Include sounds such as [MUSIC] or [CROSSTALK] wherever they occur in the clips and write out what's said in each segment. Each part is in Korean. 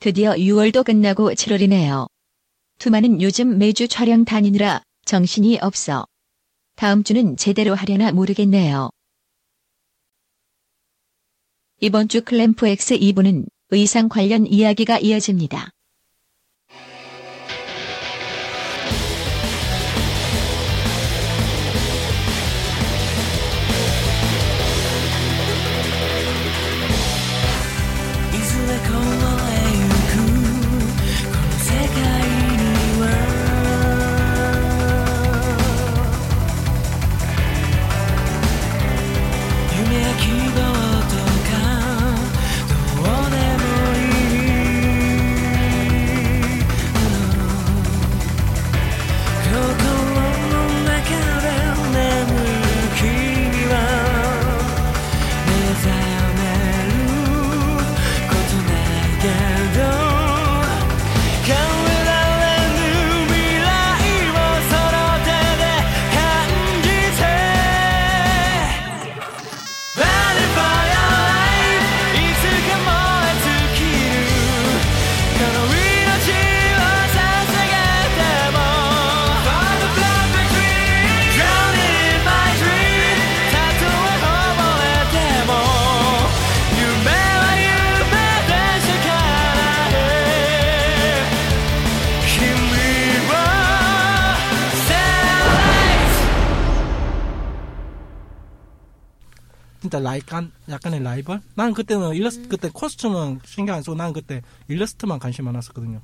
드디어 6월도 끝나고 7월이네요. 투마는 요즘 매주 촬영 다니느라 정신이 없어. 다음 주는 제대로 하려나 모르겠네요. 이번 주 클램프 X 2부는 의상 관련 이야기가 이어집니다. 「いずれこぼれゆくこの世界には」「夢や希望とかどうでもいい」「心の中で眠る君は」目覚めることないけど変えられぬ未来をその手で感じて Ready for your life いつか燃え尽きるこの命を捧げても For the perfect dream Drowning in my dream たとえ溺れても夢は夢でしかない君を Satellite 진짜 약간 약간의 라이벌? 난 그때는 일러스 그때 코스튬은 신경 안 쓰고 난 그때 일러스트만 관심 많았었거든요.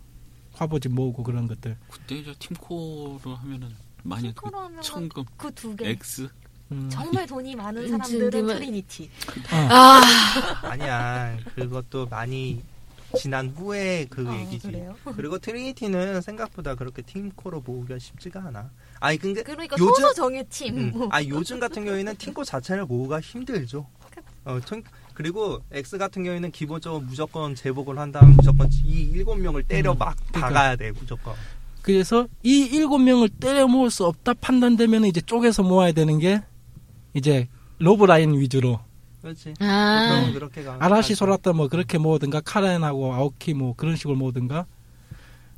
화보집 모으고 그런 것들. 그때 이제 네, 팀코로 하면은 많이 그 팀코로 하면 천금 그 두 개. X 음. 정말 돈이 많은 은진님은- 사람들은 트리니티. 아니야 그것도 많이 지난 후에 그 아, 얘기지 그래요? 그리고 트리니티는 생각보다 그렇게 팀코로 모으기가 쉽지가 않아 아니 근데 그러니까 요즘- 소서 정의 팀. 뭐. 음. 아 요즘 같은 경우에는 팀코 자체를 모으기가 힘들죠 어, 튼- 그리고 X 같은 경우에는 기본적으로 무조건 제복을 한 다음 무조건 이 일곱 명을 때려 음, 막 그러니까. 박아야 돼 무조건 그래서 이 일곱 명을 때려 모을 수 없다 판단되면 이제 쪼개서 모아야 되는 게 이제 로브라인 위주로 그렇지 아, 그럼 그렇게 가 아라시 소라타 뭐 그렇게 모으든가 카렌하고 아오키 뭐 그런 식으로 모으든가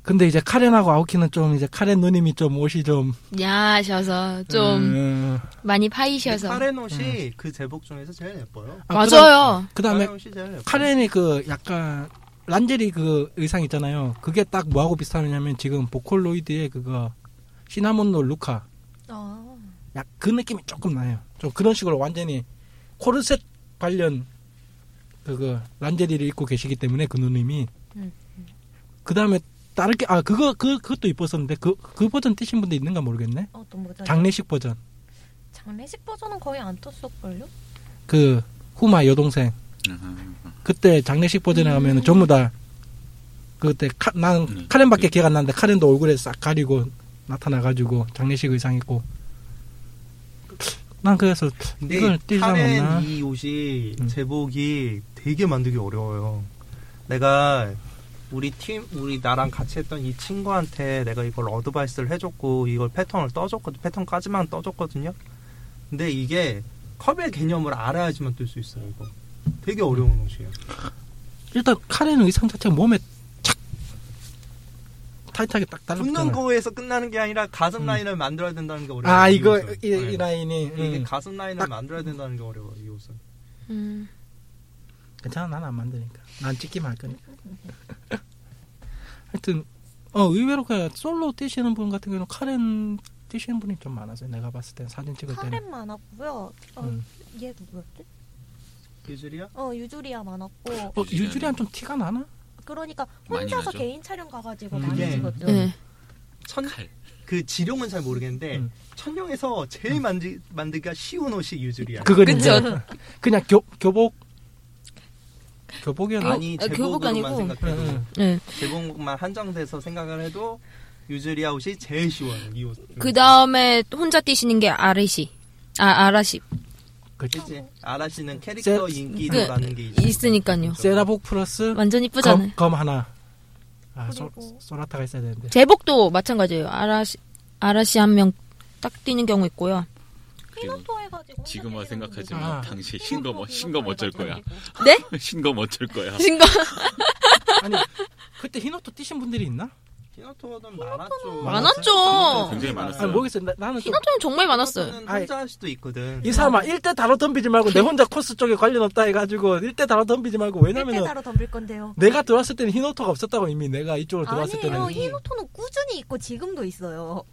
근데 이제 카렌하고 아오키는 좀 이제 카렌 누님이 좀 옷이 좀 야셔서 아, 좀 음, 많이 파이셔서. 카렌 옷이 그 제복 중에서 제일 예뻐요 네, 아, 맞아요. 그 다음에 카렌 옷이 제일 예뻐요 카렌이 그 약간 란제리 그 의상 있잖아요. 그게 딱 뭐하고 비슷하냐면 지금 보컬로이드의 그거 시나몬노 루카 아, 약 그 느낌이 조금 나요. 좀 그런 식으로 완전히 코르셋 관련 그거 란제리를 입고 계시기 때문에 그 누님이 음, 그 다음에 다른 게아 그거 그 그것도 이뻤었는데 그 그 버전 뛰신 분도 있는가 모르겠네. 어떤 버전? 장... 장례식 버전 장례식 버전은 거의 안 떴을걸요? 그 후마 여동생 그때 장례식 버전에 음. 가면 은 전부 다 그때 카, 난 음. 카렌밖에 기억 안 나는데 카렌도 얼굴에 싹 가리고 나타나가지고 장례식 의상 입고 난 그래서 근데 이걸 뛸 사람 없나? 카렌 이 옷이 음. 제복이 되게 만들기 어려워요. 내가 우리 팀 우리 나랑 같이 했던 이 친구한테 내가 이걸 어드바이스를 해줬고 이걸 패턴을 떠줬거든 패턴까지만 떠줬거든요. 근데 이게 컵의 개념을 알아야지만 뜰 수 있어요. 이거 되게 어려운 옷이에요. 일단 카렌 의상 자체가 몸에 착 타이트하게 딱 붙는 달라붙잖아. 거에서 끝나는 게 아니라 가슴 음. 라인을 만들어야 된다는 게 어려워요. 아 이거 옷은. 이, 네. 이 라인이 이게 음. 가슴 라인을 딱. 만들어야 된다는 게 어려워 이 옷은. 음. 괜찮아 난 안 만드니까 난 찍기만 할 거니까 [LAUGHS] 하여튼 어 의외로 그냥 솔로 뛰시는 분 같은 경우는 카렌 뛰시는 분이 좀 많았어요 내가 봤을 때 사진 찍을 때는 카렌 많았고요. 어, 음. 얘 누구였지? 유주리야? 어, 유주리아 많았고. 어, 유주리안 좀 티가 나나? 그러니까 많이 혼자서 나죠. 개인 촬영 가가지고 음. 많이 그게- 찍었죠. 네. 천 칼 [LAUGHS] 그 지룡은 잘 모르겠는데 음. 천룡에서 제일 만들, 만들기가 쉬운 옷이 유주리야. 그건 그쵸. 이제 그냥 교, 교복 교복이었나? 아니 아, 교복 제복으로만 아니고. 생각해도 응, 네. 제복만 한정돼서 생각을 해도 유주리아 옷이 제일 쉬워요. 이 옷. 그 다음에 혼자 뛰시는 게 아르시. 아, 아라시. 그치 그치? 아라씨는 캐릭터 세- 그- 인기라는 게 있어. 있으니까요. 세라복 플러스 완전 검, 이쁘잖아요. 검 하나 아 소, 그리고- 소라타가 있어야 되는데 제복도 마찬가지예요. 아라시, 아라시 한 명 딱 뛰는 경우 있고요. 그리고 피노토 해가지고 지금 와 생각하지만 아. 당시 신검 어- 신검 어쩔 거야. 네? 신검 어쩔 거야. 신거 아니 그때 히노토 뛰신 분들이 있나? 히노토는 많았죠. 많았죠. 굉장히 아 많았어요. 모르겠어요. 나, 나는 좀 히노토는 정말 많았어요. 히노토는 아이. 혼자 할 수도 있거든. 이 사람아 일대 다로 덤비지 말고 내 혼자 코스 쪽에 관련 없다 해가지고 일대 다로 덤비지 말고 왜냐면은 왜냐면은 따로 덤빌 건데요. 내가 들어왔을 때는 히노토가 없었다고 이미 내가 이쪽으로 들어왔을 아니에요. 때는 히노토는 꾸준히 있고 지금도 있어요.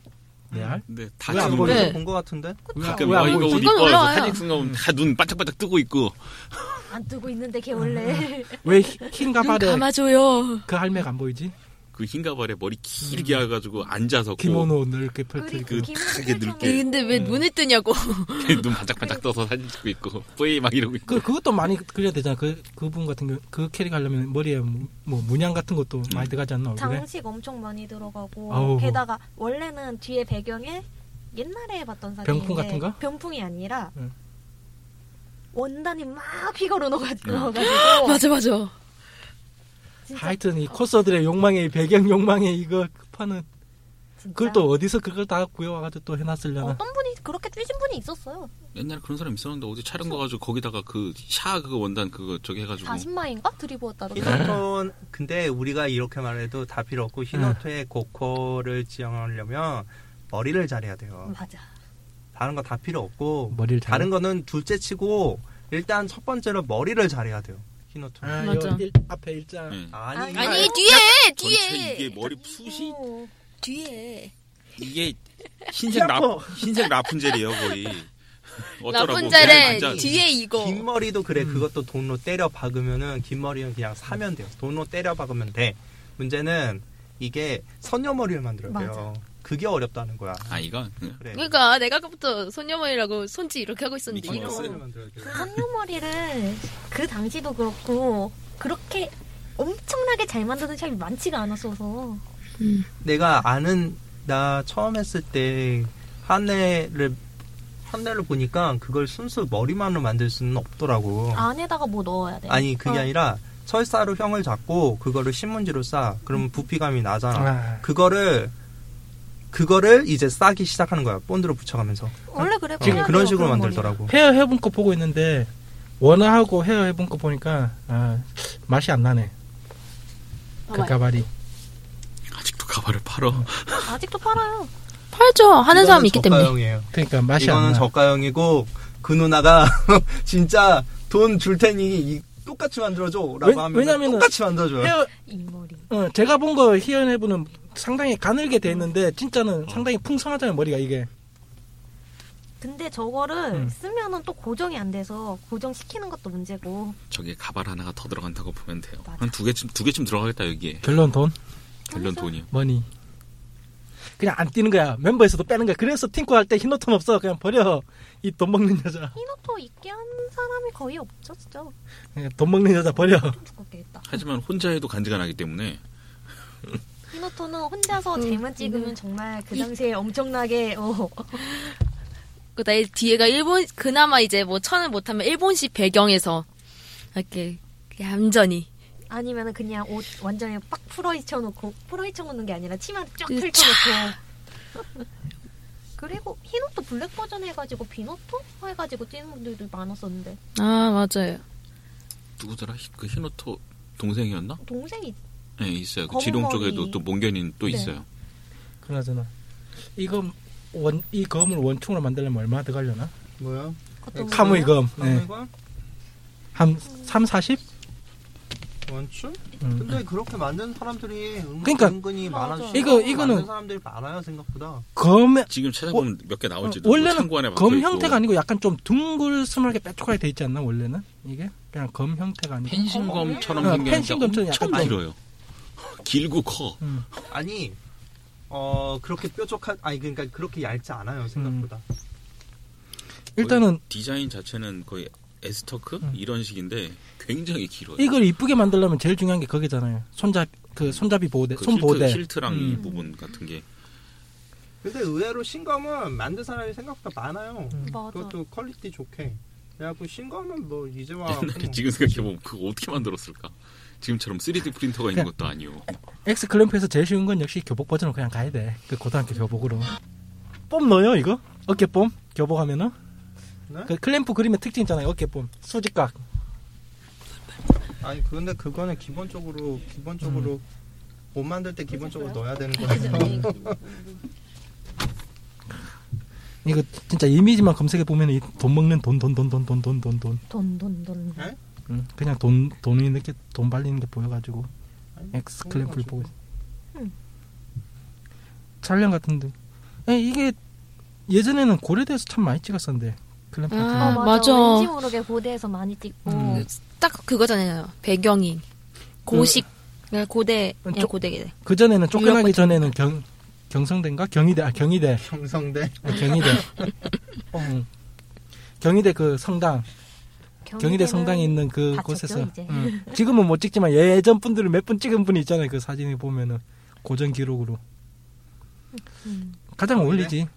네, 레알? 근데 다 왜안 지금 보여? 네. 아, 본것 같은데? 가끔 왜안 와 이거 보이지? 옷 이건 이뻐. 올라와요. 사진 찍는 거다눈 반짝반짝 뜨고 있고. 안 뜨고 있는데 걔 원래 왜 흰 눈 가발에 감아줘요. 그 할매가 안 보이지? 그 흰가발에 머리 길게 해가지고 음. 앉아서 [LAUGHS] 어. 기모노 이렇게 그리고 펼치고 김 크게 예. 늙게. 에이, 근데 왜 눈을 뜨냐고. 눈 반짝반짝 떠서 사진 찍고 있고 뿌이 막 이러고 있고 그 그것도 많이 그려야 되잖아. 그 그분 같은 경우 그 캐릭 하려면 머리에 뭐 문양 같은 음. 것도 많이 들어가지 않나 얼굴에? 장식 엄청 많이 들어가고 아, 아우. 게다가 원래는 뒤에 배경에 옛날에 봤던 사진인데 병풍 같은가? 네. 병풍이 아니라 응. 원단이 막 휘걸어 네. 넣어가지고 응. [LAUGHS] 맞아, 맞아. 진짜, 하여튼 이 코스들의 욕망에 이 배경 욕망에 이거 파는 진짜 그걸 또 어디서 그걸 다 구해와가지고 또 해놨으려나? 어떤 분이 그렇게 삐진 분이 있었어요 옛날에 그런 사람 있었는데 어제 촬영 가가지고 거기다가 그 샤 그거 원단 그거 저기 해가지고 예. 40마인가 네. 들이부었다고 히노토는 근데 우리가 이렇게 말해도 다 필요 없고 히노토의 고코를 지향하려면 머리를 잘해야 음. 돼요. 맞아 다른 거 다 필요 없고 머리를 잘. 다른 거는 둘째치고 일단 첫 번째로 머리를 잘해야 돼요. 히노토. 아, 는 맞아. 요 일, 앞에 일자. 네. 예. 아니, 아니, 뒤에! 전체 뒤에! 이게 머리 그 숱이 오, 뒤에. [LAUGHS] 이게 흰색 라 어. 흰색 라푼젤이에요 [LAUGHS] 거의 어쩌라고 네, 그냥 라푼젤의 앉아- 뒤에 이거. 긴 머리도 그래. 그것도 돈으로 때려 박으면은 긴 머리는 그냥 사면 돼요. 돈으로 때려 박으면 돼. 문제는 이게 선녀 머리를 만들어야 돼요. 그게 어렵다는 거야. 아 이건 그냥 그래. 그러니까 내가 아까부터 소녀머리라고 손짓 이렇게 하고 있었는데. 미키 선녀 이거. 마우스. 머리를 만들어야 돼요. 그 한유머리를 그 당시도 그렇고 그렇게 엄청나게 잘 만드는 샵이 많지가 않았어서 내가 아는 나 처음 했을 때 한해를 한해를 보니까 그걸 순수 머리만으로 만들 수는 없더라고. 안에다가 뭐 넣어야 돼 아니 그게 어. 아니라 철사로 형을 잡고 그거를 신문지로 싸. 그러면 부피감이 나잖아. 음. 아, 그거를 그거를 이제 싸기 시작하는 거야. 본드로 붙여가면서. 원래 그래 지금 그래야 그런 돼요, 식으로 머리는. 만들더라고. 헤어 해본 거 보고 있는데 원화하고 헤어 해본 거 보니까 아, 맛이 안 나네. 그 가발이. 아직도 가발을 팔어 아직도 팔아요 팔죠. 하는 사람이 있기 때문에. 저가형이에요. 그러니까 맛이 안 이거는 나. 저가형이고 그 누나가 [LAUGHS] 진짜 돈 줄 테니 이- 똑같이 만들어줘라고 왜- 하면 왜냐면은 똑같이 만들어줘요. 헤어 이 머리 어, 제가 본 거 히언 해부는 상당히 가늘게 돼 있는데 진짜는 상당히 풍성하잖아요 머리가 이게. 근데 저거를 음. 쓰면은 또 고정이 안 돼서 고정시키는 것도 문제고 저기에 가발 하나가 더 들어간다고 보면 돼요 맞아. 한 두 개쯤 두 개쯤 들어가겠다 여기에 결론 돈. 결론 돈이요 머니. 그냥 안 뛰는 거야. 멤버에서도 빼는 거야. 그래서 팀코 할 때 히노톤 없어. 그냥 버려. 이 돈 먹는 여자. 히노토 있게 한 사람이 거의 없죠 진짜 그냥 돈 먹는 여자 버려. [LAUGHS] 두껍게 했다 하지만 혼자 해도 간지가 나기 때문에 히노토는 혼자서 음, 잼만 찍으면 음. 정말 그 당시에 엄청나게 어, 그 나의 뒤에가 일본 그나마 이제 뭐 천을 못하면 일본식 배경에서 이렇게 얌전히 아니면은 그냥 옷 완전히 빡 풀어헤쳐놓고 풀어헤쳐놓는 게 아니라 치마 쫙 그 펼쳐놓고 그리고 히노토 블랙 버전 해가지고 비노토 해가지고 뛰는 분들도 많았었는데 아 맞아요 누구더라 히- 그 히노토 동생이었나? 동생이 예 있어요 그 검은 지룡 머리. 쪽에도 또 몽견인 또 네. 있어요 그나저나. 이거 원, 이 검을 원충으로 만들려면 얼마 들어가려나? 뭐야? 어떤 그- 카무이 검. 네. 네. 한 3, 40? 원춘? 음. 근데 그렇게 만든 사람들이 은, 그러니까 근히 많아지고 이거- 이거는- 만든 사람들이 많아요 생각보다. 검의 지금 찾아보면 몇 개 나올지도 어, 원래는 창고 안에 박혀 검 있고. 형태가 아니고 약간 좀 둥글스멀게 뾰족하게 돼 있지 않나 원래는? 이게? 그냥 검 형태가 아니고. 펜싱검처럼 어, 생겼는데 펜싱검처럼 엄청 약간 좀- 길어요 길고 커 음. 아니 어 그렇게 뾰족한 아니 그러니까 그렇게 얇지 음. 않아요 생각보다. 일단은 음. 거의 디자인 자체는 거의 에스터크 이런 식인데 굉장히 길어요. 이걸 이쁘게 만들려면 제일 중요한 게 거기잖아요. 손잡 그 손잡이 보호대, 그 손보호대. 힐트, 랑 음. 이 뭐. 부분 같은 게 근데 의외로 신검은 만든 사람이 생각보다 많아요. 음. 맞아 그것도 퀄리티 좋게. 그래갖고 신검은 뭐 이제 와 음. 옛날에 지금 생각해보면 그거 어떻게 만들었을까? 지금처럼 아. 3D 프린터가 있는 것도 아니요. 엑스 클램프에서 제일 쉬운 건 역시 교복 버전으로 그냥 가야 돼. 그 고등학교 교복으로. 뽐 넣어요 이거? 어깨 뽐? 교복 하면은? 네? 그 클램프 그림의 특징 있잖아요. 어깨뽕, 수직각. 아니 근데 그거는 기본적으로 기본적으로 음. 못 만들 때 기본적으로 넣어야 되는 네. 거예요. 이거 진짜 이미지만 검색해 보면 이 돈 먹는 돈, 돈, 돈, 돈, 돈, 돈, 돈, 돈. 돈, 돈, 돈. 네? 음, 그냥 돈, 돈이 이렇게 돈 발리는 게 보여가지고 엑스 클램프를 보고. 있- 음. 촬영 같은데. 아니, 이게 예전에는 고려대에서 참 많이 찍었었는데 클램프 같은 어, 아, 거. 맞아. 맞아. 왠지 모르게 고대에서 많이 찍고. 음. 딱 그거잖아요. 배경이 고식 네, 고대 그냥 쪽- 고대 그 전에는 쫓겨나기 유럽 전에는 경 경성대인가 경희대 아 경희대 경성대 어, [LAUGHS] 경희대. 어, 응. 경희대 그 성당, 경희대 성당에 있는 그 닫혔죠, 곳에서. 이제. 응. 지금은 못 찍지만 예전 분들은 몇 분 찍은 분이 있잖아요. 그 사진을 보면은 고전 기록으로 음. 가장 어울리지. 음.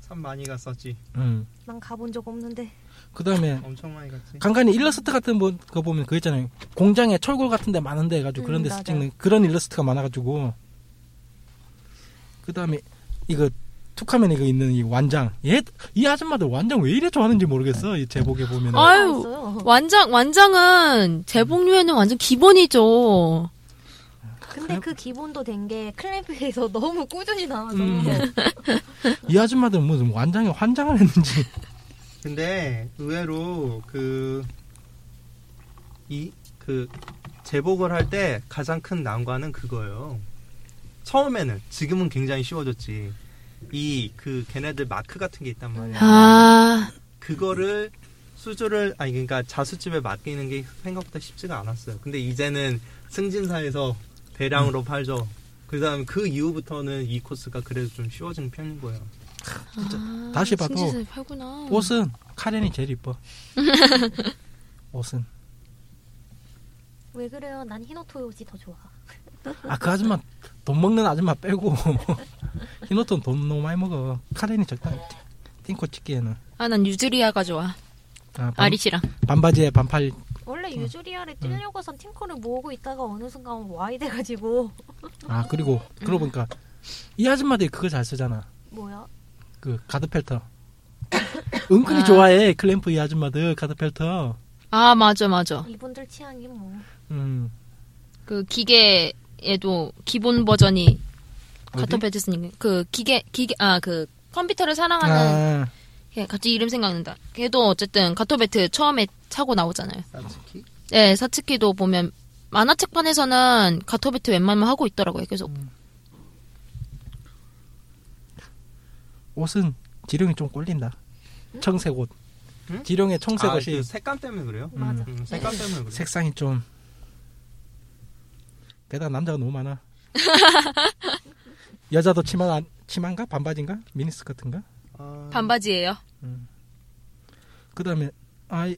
참 많이 갔었지. 응. 난 가본 적 없는데. 그다음에 엄청 많이 갔지. 간간히 일러스트 같은 분- 거 보면 그 있잖아요. 공장에 철골 같은 데 많은데 해가지고 그런 음, 데서 맞아요. 찍는 그런 일러스트가 많아가지고 그다음에 이거 툭하면 이거 있는 이 완장 얘 이 아줌마들 완장 왜 이래 좋아하는지 모르겠어 이 제복에 보면 아, 은 아유. 다 있어요. 완장 완장은 재봉류에는 완전 기본이죠. 근데 아, 그 기본도 된 게 클램프에서 [LAUGHS] 너무 꾸준히 나와서. 음. 이 아줌마들 무슨 완장에 환장을 했는지 근데 의외로 그 이 그 제복을 할 때 가장 큰 난관은 그거예요. 처음에는 지금은 굉장히 쉬워졌지. 이 그 걔네들 마크 같은 게 있단 말이야. 아, 그거를 수주를 아니 그러니까 자수집에 맡기는 게 생각보다 쉽지가 않았어요. 근데 이제는 승진사에서 대량으로 팔죠. 그다음 그 이후부터는 이 코스가 그래도 좀 쉬워진 편인 거예요. 아, 다시 봐도 승진사에 팔구나. 옷은 카렌이 제일 [LAUGHS] 이뻐 옷은 [LAUGHS] 왜 그래요? 난 히노토 옷이 더 좋아. 아 그 아줌마 돈 먹는 아줌마 빼고 [LAUGHS] 히노토는 돈 너무 많이 먹어 카렌이 적당히 띵코 찍기에는 아, 난 유즈리아가 좋아. 아, 반, 아리시랑. 반바지에 반팔 어. 원래 유주리아를 음. 찔려고선 팀코를 모으고 있다가 어느 순간 와이 돼가지고 [LAUGHS] 아 그리고 음. 그러고 보니까 이 아줌마들이 그거 잘 쓰잖아 뭐야? 그 가드 [COUGHS] 펠터 은근히 아. 좋아해 그 클램프 이 아줌마들 가드 펠터 아, 맞아, 맞아. 이분들 취향이 뭐 음 그 기계에도 기본 버전이 어디? 카터 베지스님 그 기계 기계 아 그 컴퓨터를 사랑하는 아, 걔 같이 이름 생각난다. 걔도 어쨌든 가토베트 처음에 차고 나오잖아요. 사츠키? 네, 사츠키도 보면 만화책판에서는 가토베트 웬만하면 하고 있더라고요. 음. 계속. 옷은 지룡이 좀 꼴린다 음? 청색 옷 응? 지룡의 청색 아, 옷이 그 색감 때문에 그래요? 맞아. 음, 색감 때문에 그래요. 색상이 좀 대단 남자가 너무 많아 [LAUGHS] 여자도 치마 안, 치마인가 반바지인가 미니스 같은가 아, 반바지예요. 그다음에 아이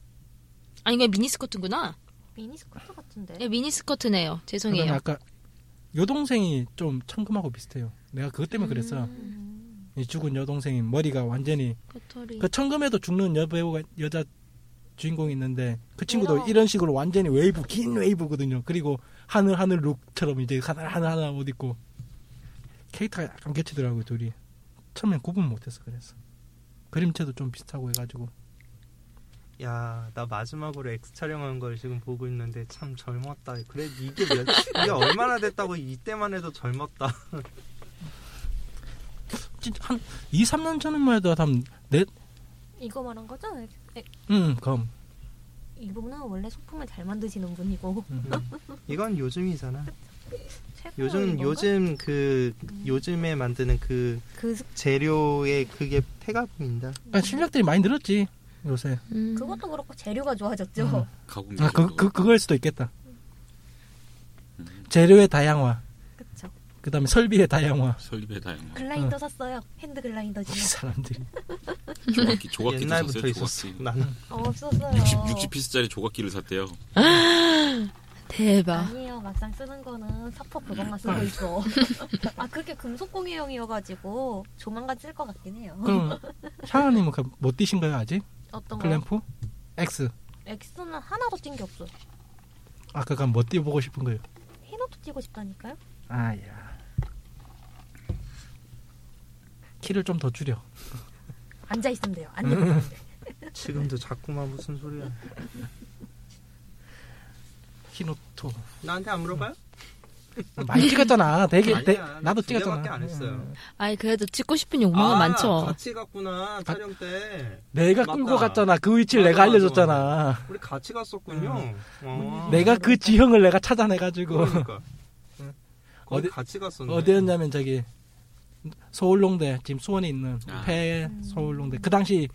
아니 이거 미니스커트구나. 미니스커트 같은데. 네, 미니스커트네요. 그다음에 죄송해요. 아까 여동생이 좀 청금하고 비슷해요 내가 그것 때문에 그랬어 음, 이 죽은 여동생이 머리가 완전히 겉털이. 그 청금에도 죽는 여배우가 여자 주인공이 있는데 그 친구도 내가- 이런 식으로 완전히 웨이브 긴 웨이브거든요. 그리고 하늘 하늘 룩처럼 이제 하늘 하늘 하나 옷 입고 캐릭터가 약간 겹치더라고요 둘이. 처음엔 구분 못했어 그래서 그림체도 좀 비슷하고 해가지고 야, 나 마지막으로 X 촬영한 걸 지금 보고 있는데 참 젊었다. 그래 이게 몇, 이게 얼마나 됐다고 이때만 해도 젊었다. [LAUGHS] 진짜 한 2, 3년 전에만 해도 한넷음검 음, 이거 말한 거죠? 에, 이분은 원래 소품을 잘 만드시는 분이고 [LAUGHS] 음. 어? 이건 요즘이잖아. 최고 어, 요즘 요즘 그 요즘에 만드는 그 그 스- 재료의 그게 태가 보인다. 그러니까 실력들이 많이 늘었지 요새. 음. 그것도 그렇고 재료가 좋아졌죠. 음. 가공. 아 그 기술도. 그 그거일 수도 있겠다. 음, 재료의 다양화, [LAUGHS] 그쵸. 그다음에 설비의 다양화. 설립의 다양한 뭐. 글라인더 샀어요. 핸드 글라인더 이 지금. 사람들이 조각기 조각기도 옛날부터 샀어요. 있었어. 조각기. 나는 어, 없었어요. 60 60 피스짜리 조각기를 샀대요. 대박. 아니에요. 막상 쓰는 거는 사포 그것만 쓰고 있어. 아 그게 금속 공예형이어가지고 조만간 쓸 것 같긴 해요. 그럼 샤아님은 그못 뛰신 거예요 아직? 어떤 거? 클램프 X 엑스는 하나도 뛴 게 없어요. 아까 그뭐 띄워보고 싶은 거예요 히노도 뛰고 싶다니까요. 아야 키를 좀 더 줄여 앉아 있으면 돼요. 앉아 있으면 돼. 지금도 자꾸만 무슨 소리야. 키노토 나한테 안 물어봐요? 많이 찍었잖아. 되게 아니야, 대- 나 나도 두 개밖에 찍었잖아. 음. 아, 안 했어요. 아, 아니 그래도 찍고 싶은 욕망은 많죠. 같이 갔구나 촬영 때. 내가 맞다. 끌고 갔잖아. 그 위치를 맞아, 내가 맞아, 알려줬잖아. 우리 같이 갔었군요. 어. 내가 그 지형을 내가 찾아내가지고 그러니까. 거기 어디- 같이 갔었네. 음. 어디였냐면 저기 서울농대 지금 수원에 있는 아. 폐 서울농대 그 당시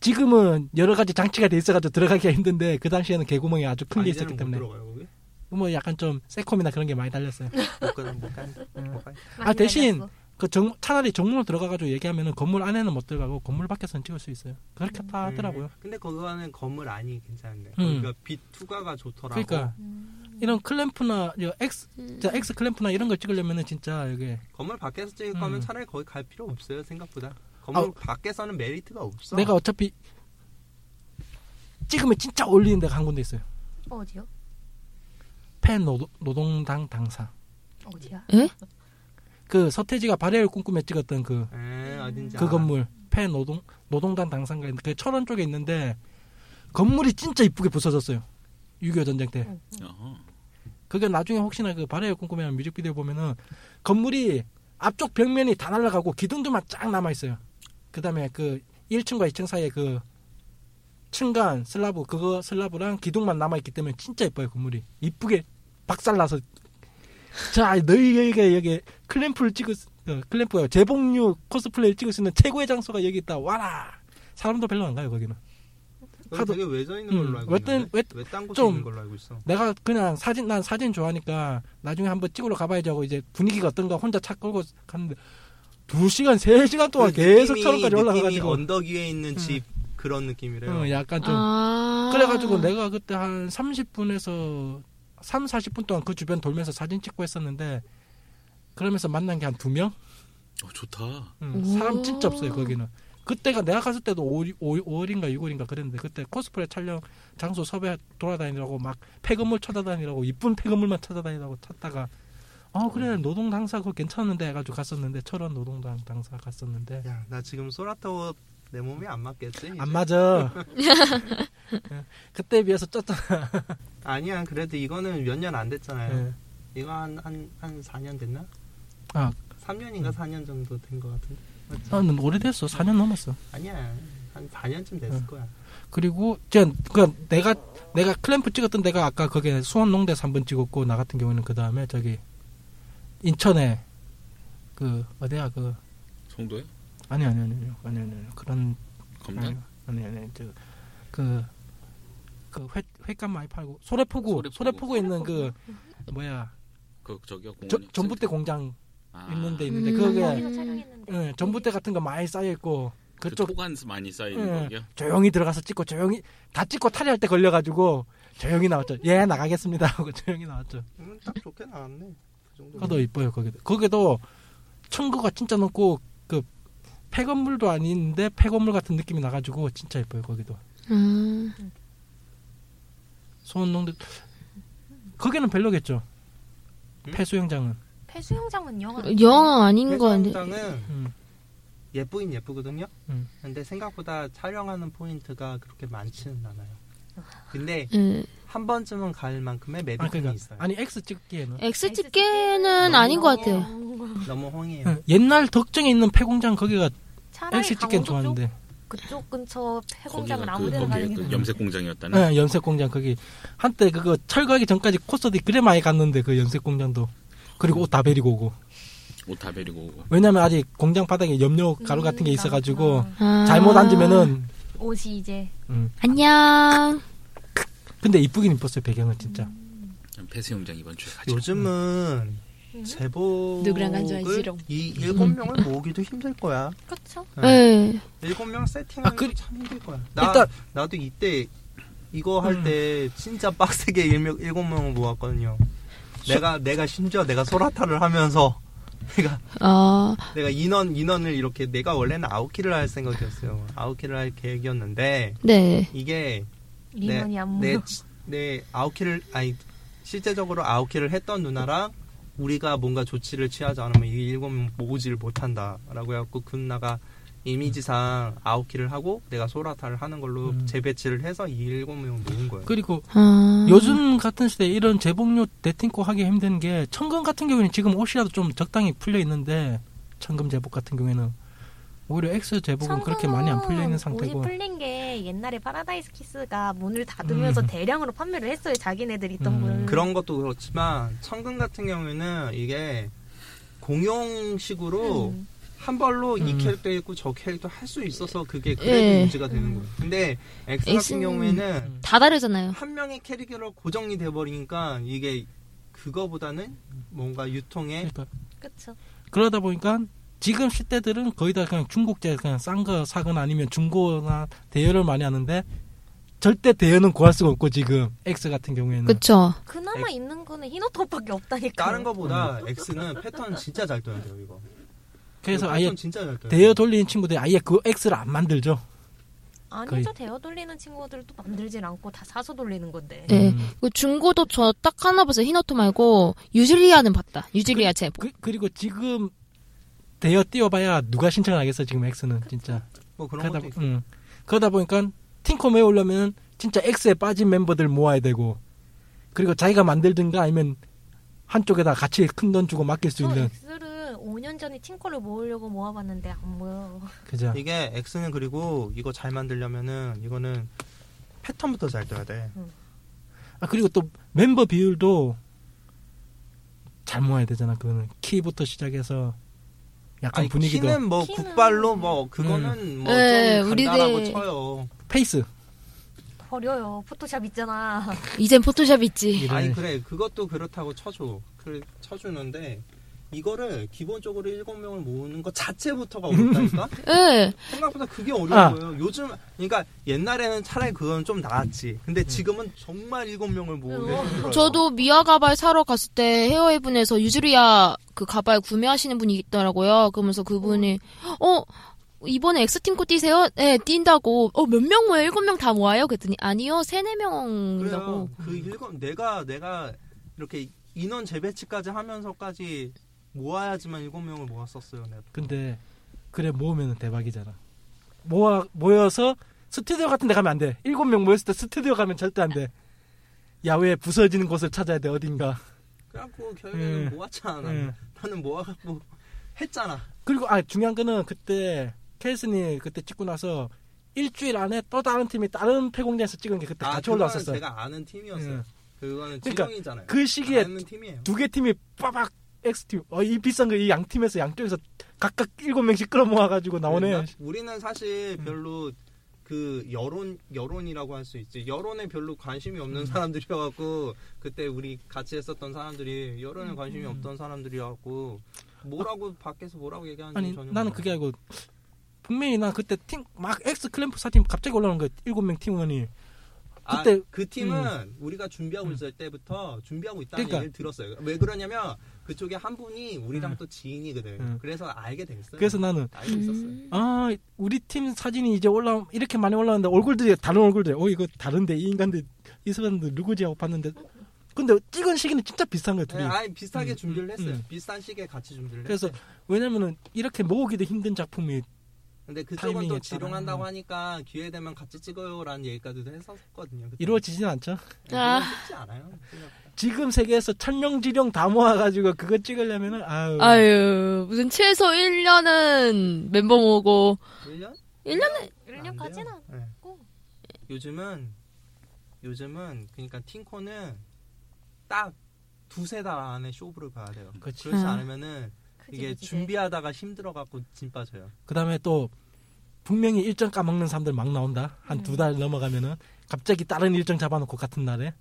지금은 여러 가지 장치가 돼 있어가지고 들어가기가 힘든데 그 당시에는 개구멍이 아주 큰 게 있었기 때문에 못 들어가요 [LAUGHS] 거기? 뭐 약간 좀 새콤이나 그런 게 많이 달렸어요. 못 가, 못 가, 못 가. 많이 대신 달렸어. 그 정, 차라리 정문으로 들어가가지고 얘기하면은 건물 안에는 못 들어가고 건물 밖에서는 찍을 수 있어요. 그렇게 다 아, 하더라고요. 음. 근데 거기는 건물 안이 괜찮은데. 음. 그러니까 빛 투과가 좋더라고. 그러니까 이런 클램프나 이 X 자, X 클램프나 이런 걸 찍으려면은 진짜 여기 건물 밖에서 찍을 음. 거면 차라리 거기 갈 필요 없어요 생각보다. 건물 아우. 밖에서는 메리트가 없어. 내가 어차피 찍으면 진짜 어울리는 데가 한 군데 있어요. 어디요? 팬 노동, 노동당 당사. 어디야? 그 서태지가 발해를 꿈꾸며 찍었던 그 그 에 어딘지. 알아. 건물 팬 노동 노동당 당사인가 있는데 그 철원 쪽에 있는데 건물이 진짜 이쁘게 부서졌어요. 6.25 전쟁 때. 어. 그게 나중에 혹시나 그 발해를 꿈꾸며 뮤직비디오 보면은 건물이 앞쪽 벽면이 다 날라가고 기둥도만 쫙 남아 있어요. 그다음에 그 1층과 2층 사이에 그 층간 슬라브 그거 슬라브랑 기둥만 남아 있기 때문에 진짜 이뻐요 건물이 이쁘게 박살나서 자 너희에게 여기 클램프를 찍을 수- 어, 클램프요 재봉류 코스플레이를 찍을 수 있는 최고의 장소가 여기 있다 와라 사람도 별로 안 가요 거기는 여기 하도- 되게 외져 있는 음, 걸로 알고 외딴- 있는데. 외- 외딴 곳에 좀- 있는 걸로 알고 있어. 내가 그냥 사진 난 사진 좋아하니까 나중에 한번 찍으러 가봐야지 하고 이제 분위기가 어떤가 혼자 차 끌고 갔는데 두 시간 세 시간 동안 그 계속 느낌이- 철원까지 느낌이 올라가가지고 음. 언덕 위에 있는 집 그런 느낌이래요. 어, 약간 좀 아. 그래가지고 내가 그때 한 30분에서 3, 40분 동안 그 주변 돌면서 사진 찍고 했었는데 그러면서 만난 게 한 두 명? 어, 좋다. 응, 오. 음, 사람 진짜 없어요 거기는. 그때가 내가 갔을 때도 5, 월인가 6월인가 그랬는데 그때 코스프레 촬영 장소 섭외 돌아다니라고 막 폐건물 찾아다니라고 이쁜 폐건물만 찾아다니라고 찾다가 어 그래 노동 당사 그거 괜찮은데 해가지고 갔었는데 철원 노동 당- 당사 갔었는데 야, 나 지금 소라타워 내 몸이 안 맞겠지? 이제? 안 [LAUGHS] 맞아. 예. 그때에 비해서 쪘잖아. 아니야, 그래도 이거는 몇 년 안 됐잖아요. 예. 이거 한, 한, 한 4년 됐나? 아 3년인가 4년 정도 된 것 같은데? 맞지? 나는 오래됐어. 4년 넘었어. 아니야, 한 4년쯤 됐을 응. 거야. 그리고 전 그냥 내가 내가 클램프 찍었던 데가 아까 그게 수원 농대에서 한번 찍었고 나 같은 경우는 그 다음에 저기 인천에 그 어디야 그 송도야? 아니 아니 아니 아니 아니 아니 아니 그런 아니 검단? 아니 아니 저그그 횟, 횟감 많이 팔고 소래포구 소래포구. 소래포구, 에 있는 그 뭐야 그 저기요 공원. 저, 전봇대 공장 아, 있는데 있는데 음. 그게 거기서 촬영했는데. 예, 전봇대 같은 거 많이 쌓여 있고 그 그쪽 토간 많이 쌓이는 예. 거기요. 조용히 들어가서 찍고 조용히 다 찍고 탈의할 때 걸려가지고 조용히 나왔죠. 예 나가겠습니다 하고 [LAUGHS] 조용히 나왔죠. 음, 딱 좋게 나왔네. 그 정도. 그것도 이뻐요 거기도. 거기도 청구가 진짜 높고 그 폐건물도 아닌데 폐건물 같은 느낌이 나가지고 진짜 이뻐요 거기도. 음. 소원농대 거기는 별로겠죠. 음? 폐수영장은. 폐수영장은 영화. 어, 영화 아닌 거 아닌데. 회장은 음. 예쁘긴 예쁘거든요. 음. 근데 생각보다 촬영하는 포인트가 그렇게 많지는 않아요. 근데 예. 한 번쯤은 갈 만큼의 매력이 아 그러니까 있어요. 아니 X 찍기에는 네, X 집게는 아닌 어. 것 같아요. 어, 너무 홍해요. 예, 옛날 덕정에 있는 폐공장 거기가 차라리 X 찍기는 강원도 좋았는데. 쪽 그쪽 근처 폐공장은 거기가 그 아무데나 거기에 가는 게 그 염색 공장이었다는. 네, 염색 공장 거기 한때 그거 철거하기 전까지 코스디 그래 많이 갔는데 그 염색 공장도 그리고 옷 다 베리고 오고 옷 다 베리고 오고. 왜냐면 아직 공장 바닥에 염료 가루 음, 같은 게 있어가지고 나구나. 아. 잘못 앉으면은 옷이 이제 음. 안녕. 근데 이쁘긴 이뻤어요 배경은 진짜 폐쇄용장 이번 주에 가자. 요즘은 제복을 음. 누구랑 간줄 알지롱. 이 음. 일곱 명을 모으기도 힘들 거야. 그렇죠. 네. 예. 일곱 명 세팅하는 아, 그- 게참 힘들 거야. 나, 일단- 음. 나도 이때 이거 할 때 진짜 빡세게 일명, 일곱 명을 모았거든요. 내가 내가 심지어 내가 소라타를 하면서 [LAUGHS] 내가 아. 내가 인원 인원을 이렇게 내가 원래는 아홉 키를 할 생각이었어요. 아홉 키를 할 계획이었는데 네. 이게 리먼이 안 내, 묻어. 네, 지- 내 아웃키를 아니 실제적으로 아웃키를 했던 누나랑 우리가 뭔가 조치를 취하지 않으면 이 일곱 명 모으지를 못한다라고 해갖고 그 누나가 이미지상 아홉 키를 하고 내가 소라타를 하는 걸로 음. 재배치를 해서 이 일곱 명 모은 거예요. 그리고 아. 요즘 같은 시대에 이런 재봉료 대팅코 하기 힘든 게 청금 같은 경우에는 지금 옷이라도 좀 적당히 풀려 있는데 청금 제복 같은 경우에는 오히려 X [LAUGHS] 제복은 그렇게 많이 안 풀려 있는 상태고 옷이 풀린 게 옛날에 파라다이스 키스가 문을 닫으면서 음. 대량으로 판매를 했어요. 자기네들 있던 음. 분. 그런 것도 그렇지만 청금 같은 경우에는 이게 공용식으로 음. 한 발로 이 음. 캐릭터 있고 저 캐릭터 할 수 있어서 그게 예. 그래도 문제가 되는 거예요. 근데 X 같은 X는- 경우에는 음. 다 다르잖아요. 한 명의 캐릭터로 고정이 돼버리니까 이게 그거보다는 뭔가 유통에 그러니까 그쵸. 그러다 보니까 지금 시대들은 거의 다 그냥 중국제 그냥 싼 거 사거나 아니면 중고나 대여를 많이 하는데 절대 대여는 구할 수가 없고 지금 X 같은 경우에는 그쵸. 그나마 있는 거는 히노토밖에 없다니까. 다른 거보다 X는 패턴 진짜 잘 떠야 돼요 이거. 음. 그래서 이거 아예 패턴 진짜 잘 떠요. 대여 돌리는 친구들이 아예 그 X를 안 만들죠. 아니죠. 거의. 대여 돌리는 친구들도 만들질 않고 다 사서 돌리는 건데. 네. 음. 그 중고도 저 딱 하나 봤어요. 히노토 말고 유질리아는 봤다. 유질리아 제보. 그, 그리고 지금 대여 띄워봐야 누가 신청을 하겠어 지금 X는 진짜 뭐 그런 그러다, 것도 있어. 음. 그러다 보니까 팅코 메우려면 진짜 X에 빠진 멤버들 모아야 되고 그리고 자기가 만들든가 아니면 한쪽에다 같이 큰 돈 주고 맡길 수 저 음. 있는 X를 5년 전에 팀코를 모으려고 모아봤는데 안 모여. [LAUGHS] 그죠 이게 X는 그리고 이거 잘 만들려면은 이거는 패턴부터 잘 떠야 돼. 아 그리고 또 멤버 비율도 잘 모아야 되잖아 그거는 키부터 시작해서 약간 아니 분위기도 키는 뭐 키는- 국발로 뭐 음. 그거는 뭐 음. 네, 좀 우리들- 간단하고 쳐요. 페이스 버려요. 포토샵 있잖아. 그, 이젠 포토샵 있지. 이런 아니 그래 그것도 그렇다고 쳐줘. 그 쳐주는데 이거를 기본적으로 일곱 명을 모으는 것 자체부터가 어렵다니까. 예. 생각보다 그게 어려운 아. 거예요. 요즘 그러니까 옛날에는 차라리 그건 좀 나았지. 음. 근데 지금은 정말 일곱 명을 모으는 게 힘들어요. 저도 미아 가발 사러 갔을 때 헤어헤븐에서 유즈리아 그 가발 구매하시는 분이 있더라고요. 그러면서 그분이 어 이번에 엑스팀코 뛰세요? 네 뛴다고. 어 몇 명 모여? 일곱 명 다 모아요? 그랬더니 아니요 세네 명이라고. 그래요. 그 일곱 내가 내가 이렇게 인원 재배치까지 하면서까지 모아야지만 일곱 명을 모았었어요. 내가. 근데 그래 모으면 대박이잖아. 모아 모여서 스튜디오 같은 데 가면 안 돼. 일곱 명 모였을 때 스튜디오 가면 절대 안 돼. 야외에 부서지는 곳을 찾아야 돼 어딘가. 그래갖고 결국에는 예. 모았잖아. 예. 나는 모아갖고 했잖아. 그리고 아 중요한 거는 그때 케이슨이 그때 찍고 나서 일주일 안에 또 다른 팀이 다른 폐공장에서 찍은 게 그때 같이 아, 그거는 올라왔었어. 요 제가 아는 팀이었어요. 예. 그거는 그러니까 지명이잖아요. 그 시기에 아는 팀이에요. 두 개 팀이 빠박 X팀 어 이 비싼 거 이 양 팀에서 양쪽에서 각각 일곱 명씩 끌어모아 가지고 나오네. 그러니까 우리는 사실 음. 별로 그 여론 여론이라고 할 수 있지. 여론에 별로 관심이 음. 없는 사람들이어 갖고 그때 우리 같이 했었던 사람들이 음. 여론에 관심이 없던 사람들이어 갖고 뭐라고 밖에서 뭐라고 얘기하는지 아. 아니 나는 전혀 몰라요. 그게 아니고 분명히 나 그때 팀 막 엑스 클램프 사팀 갑자기 올라오는 거야 일곱 명 팀원이 아, 그때- 음. 그 팀은 우리가 준비하고 있을 때부터 준비하고 있다는 그러니까. 얘기를 들었어요. 왜 그러냐면 그쪽에 한 분이 우리랑 음. 또 지인이거든. 음. 그래서 알게 됐어요. 그래서 나는 음. 알고 있었어요. 아 우리 팀 사진이 이제 올라 이렇게 많이 올라오는데 얼굴들이 다른 얼굴들 어 이거 다른데 이 인간들 이 사람들 누구지 하고 봤는데 근데 찍은 시기는 진짜 비싼 거야 둘이 네, 아니 네. 비슷하게 음, 준비를 음, 했어요. 음. 비슷한 시기에 같이 준비를 그래서 했어요. 왜냐면은 이렇게 모으기도 힘든 작품이 근데 그쪽은 타이밍에 또 따라. 지롱한다고 하니까 기회 되면 같이 찍어요라는 얘기까지 했었거든요. 그때. 이루어지진 않죠 아. 쉽지 않아요. 지금 세계에서 천령지령 다 모아가지고 그거 찍으려면은 아유 아유 무슨 최소 1년은 멤버 모으고 1년? 1년에 1년까지는 안 네. 됐고. 요즘은 요즘은 그러니까 팅코는 딱 두세 달 안에 쇼부를 봐야 돼요. 그치. 그렇지 아. 않으면은 그지, 이게 그지. 준비하다가 힘들어 갖고 진 빠져요. 그다음에 또 분명히 일정 까먹는 사람들 막 나온다 한 두 달 넘어가면은 갑자기 다른 일정 잡아놓고 같은 날에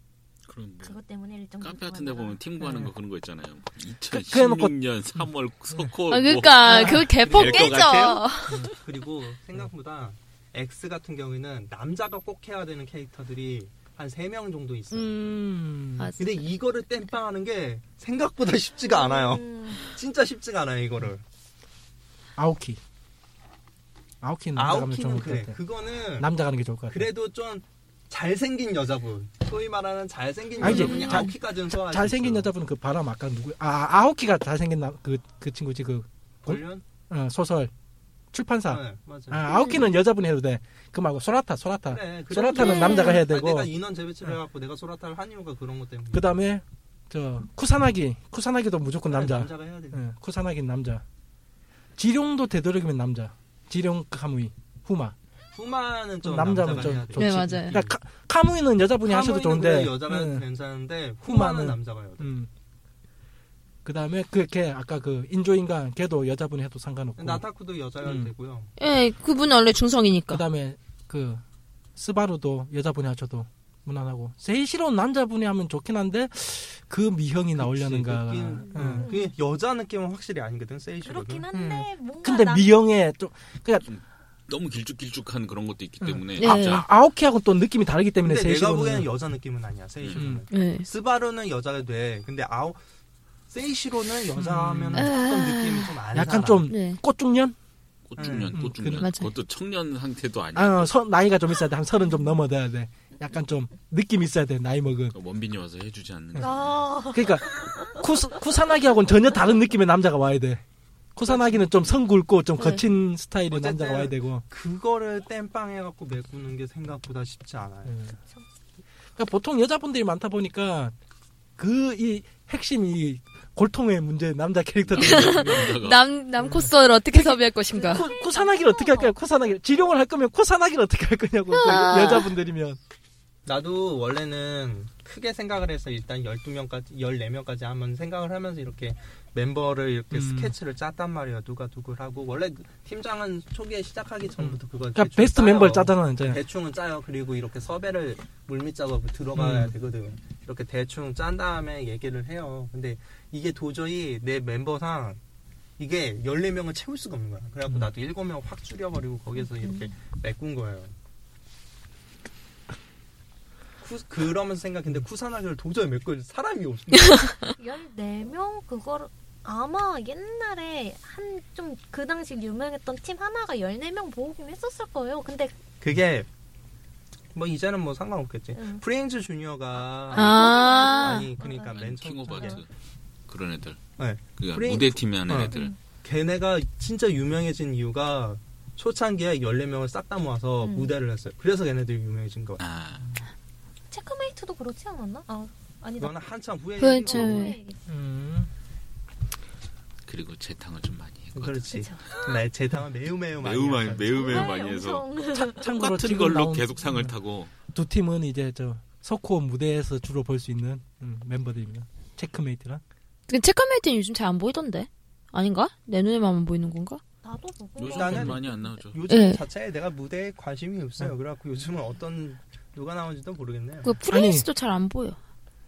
그런 뭐 네. 그것 때문에 일정 카페 같은 데 보면 팀 구하는 거 그런 거 있잖아요. 뭐 해놓고- 2016년 3월 서코 아 그러니까 그 개폭 뭐, 될것 깨져. 같아요? [LAUGHS] 그리고 네. 생각보다 X 같은 경우에는 남자가 꼭 해야 되는 캐릭터들이 한 세 명 정도 있어요. 음. 맞아. 근데 이거를 땜빵하는 게 생각보다 쉽지가 않아요. 음, 진짜 쉽지가 않아요 음, 이거를. 아오키. 아오키는 남자 가면 좋을 아웃키는 것 그래. 같아. 그거는 남자 가는 게 좋을 것 같아. 그래도 좀 잘생긴 여자분. 소위 말하는 잘생긴 아니, 여자분이 자- 아웃키까지는 소화할 수 잘생긴 있어요. 여자분은 그 바람 아, 아까 누구? 아 아오키가 잘생긴 나 그 그 친구지 그 관련? 어, 소설 출판사. 네, 맞아요. 아, 아홉 개는 여자분이 해도 돼. 그 말고 소나타, 소나타. 그래, 그래. 소나타는 남자가 해야 되고. 네. 아니, 내가 인원 재배치를 해갖고 내가 소라타를 한 이유가 그런 것 때문에. 그다음에 저 쿠사나기. 쿠사나기도 무조건 남자. 가 해야 돼. 예, 쿠사나기는 남자. 지룡도 되도록이면 남자. 지룡 카무이 후마. 후마는 좀 남자면 남자가 좀 해야 돼. 좋지. 네, 맞아요. 그러니까 카, 카무이는 여자분이 하셔도 하모니는 좋은데. 그래, 여자가 예, 괜찮은데 후마는 후마는 남자가 해야 돼. 음. 그다음에 그걔 아까 그 인조인간 걔도 여자분이 해도 상관없고. 나타쿠도 여자가 음. 되고요. 예, 그분은 원래 중성이니까. 그다음에 그 스바루도 여자분이 하셔도 무난하고 세이시로 남자분이 하면 좋긴 한데 그 미형이 나오려는가. 그치, 예. 느낌, 음. 그게 여자 느낌은 확실히 아니거든 세이슈거든. 그렇긴 한데 뭔가 근데 남- 미형에 좀 너무 길쭉길쭉한 그런 것도 있기 음. 때문에 네. 남자 아, 아오키하고 또 느낌이 다르기 때문에 근데 내가 세이시로는 보기에는 여자 느낌은 아니야 세이슈는. 음. 예. 스바루는 여자가 돼. 근데 아오 세이시로는 여자면 음. 조금 느낌이 좀안 약간 좀 네. 꽃중년? 꽃중년 음, 꽃중년 그래. 맞아요. 그것도 청년 상태도 아니고 아, 어, 서, 나이가 좀 있어야 돼. 한 서른 좀 넘어야 돼. 약간 좀 느낌 있어야 돼. 나이 먹은. 그러니까 원빈이 와서 해주지 않는 아, 그러니까 쿠스, 쿠사나기하고는 전혀 다른 느낌의 남자가 와야 돼. 쿠사나기는 좀 성굵고 좀 네. 거친 스타일의 어쨌든. 남자가 와야 되고. 그거를 땜빵 해갖고 메꾸는 게 생각보다 쉽지 않아요. 예. 그러니까 보통 여자분들이 많다 보니까 그 이 핵심이 골통의 문제 남자 캐릭터들. [LAUGHS] 남자가 남, 음. 남 코스를 어떻게 섭외할 것인가. 그 쿠- 쿠사나기를 어떻게 할까요? 쿠사나기 지룡을 할 거면 쿠사나기를 어떻게 할 거냐고 또 아. 여자분들이면. 나도 원래는 크게 생각을 해서 일단 12명까지 14명까지 한번 생각을 하면서 이렇게 멤버를 이렇게 음. 스케치를 짰단 말이에요. 누가 누굴 하고 원래 팀장은 초기에 시작하기 전부터 그걸 그러니까 대충 베스트 짜요. 멤버를 짜잖아 이제. 대충은 짜요. 그리고 이렇게 섭외를 물밑 작업을 들어가야 음. 되거든. 이렇게 대충 짠 다음에 얘기를 해요. 근데 이게 도저히 내 멤버상 이게 14명을 채울 수가 없는 거야. 그래갖고 음. 나도 7명 확 줄여버리고 거기서 이렇게 메꾼 거예요. 쿠, 그러면서 생각했는데 쿠사나기를 도저히 메꿀 사람이 없어. 14명 그걸 아마 옛날에 한 좀 그 당시 유명했던 팀 하나가 14명 모으긴 했었을 거예요. 근데 그게 뭐 이제는 뭐 상관없겠지. 음. 프레임즈 주니어가 아. 아, 아니 그러니까 어, 맨 처음 킹 오브 아트 그런 애들 네. 그러니까 프레임- 무대 팀에 하는 어. 애들 음. 걔네가 진짜 유명해진 이유가 초창기에 14명을 싹 다 모아서 음. 무대를 했어요. 그래서 걔네들이 유명해진 거야. 아 체크메이트도 그렇지 않았나? 아, 아니다. 네. 이거는 한참 후에 그건 얘기고. 좀- 음. 그리고 재탕을 좀 많이 했거든 그렇지. 그쵸. 네, 제 당은 매우 매우 많이 매우 많이 했어요. 매우 매우 아, 많이 해서 그렇죠. 참고로 똑같은 지금 걸로 나온 음. 계속 상을 타고 두 팀은 이제 저 석호 무대에서 주로 볼 수 있는 음, 멤버들입니다. 체크메이트랑. 근데 체크메이트는 요즘 잘 안 보이던데. 아닌가? 내 눈에만 보이는 건가? 나도 보고 요즘 나는- 많이 안 나오죠 요즘 네. 자체에 내가 무대에 관심이 없어요. 그래갖고 요즘은 어떤 누가 나오는지도 모르겠네요. 그 프린스도 잘 안 보여.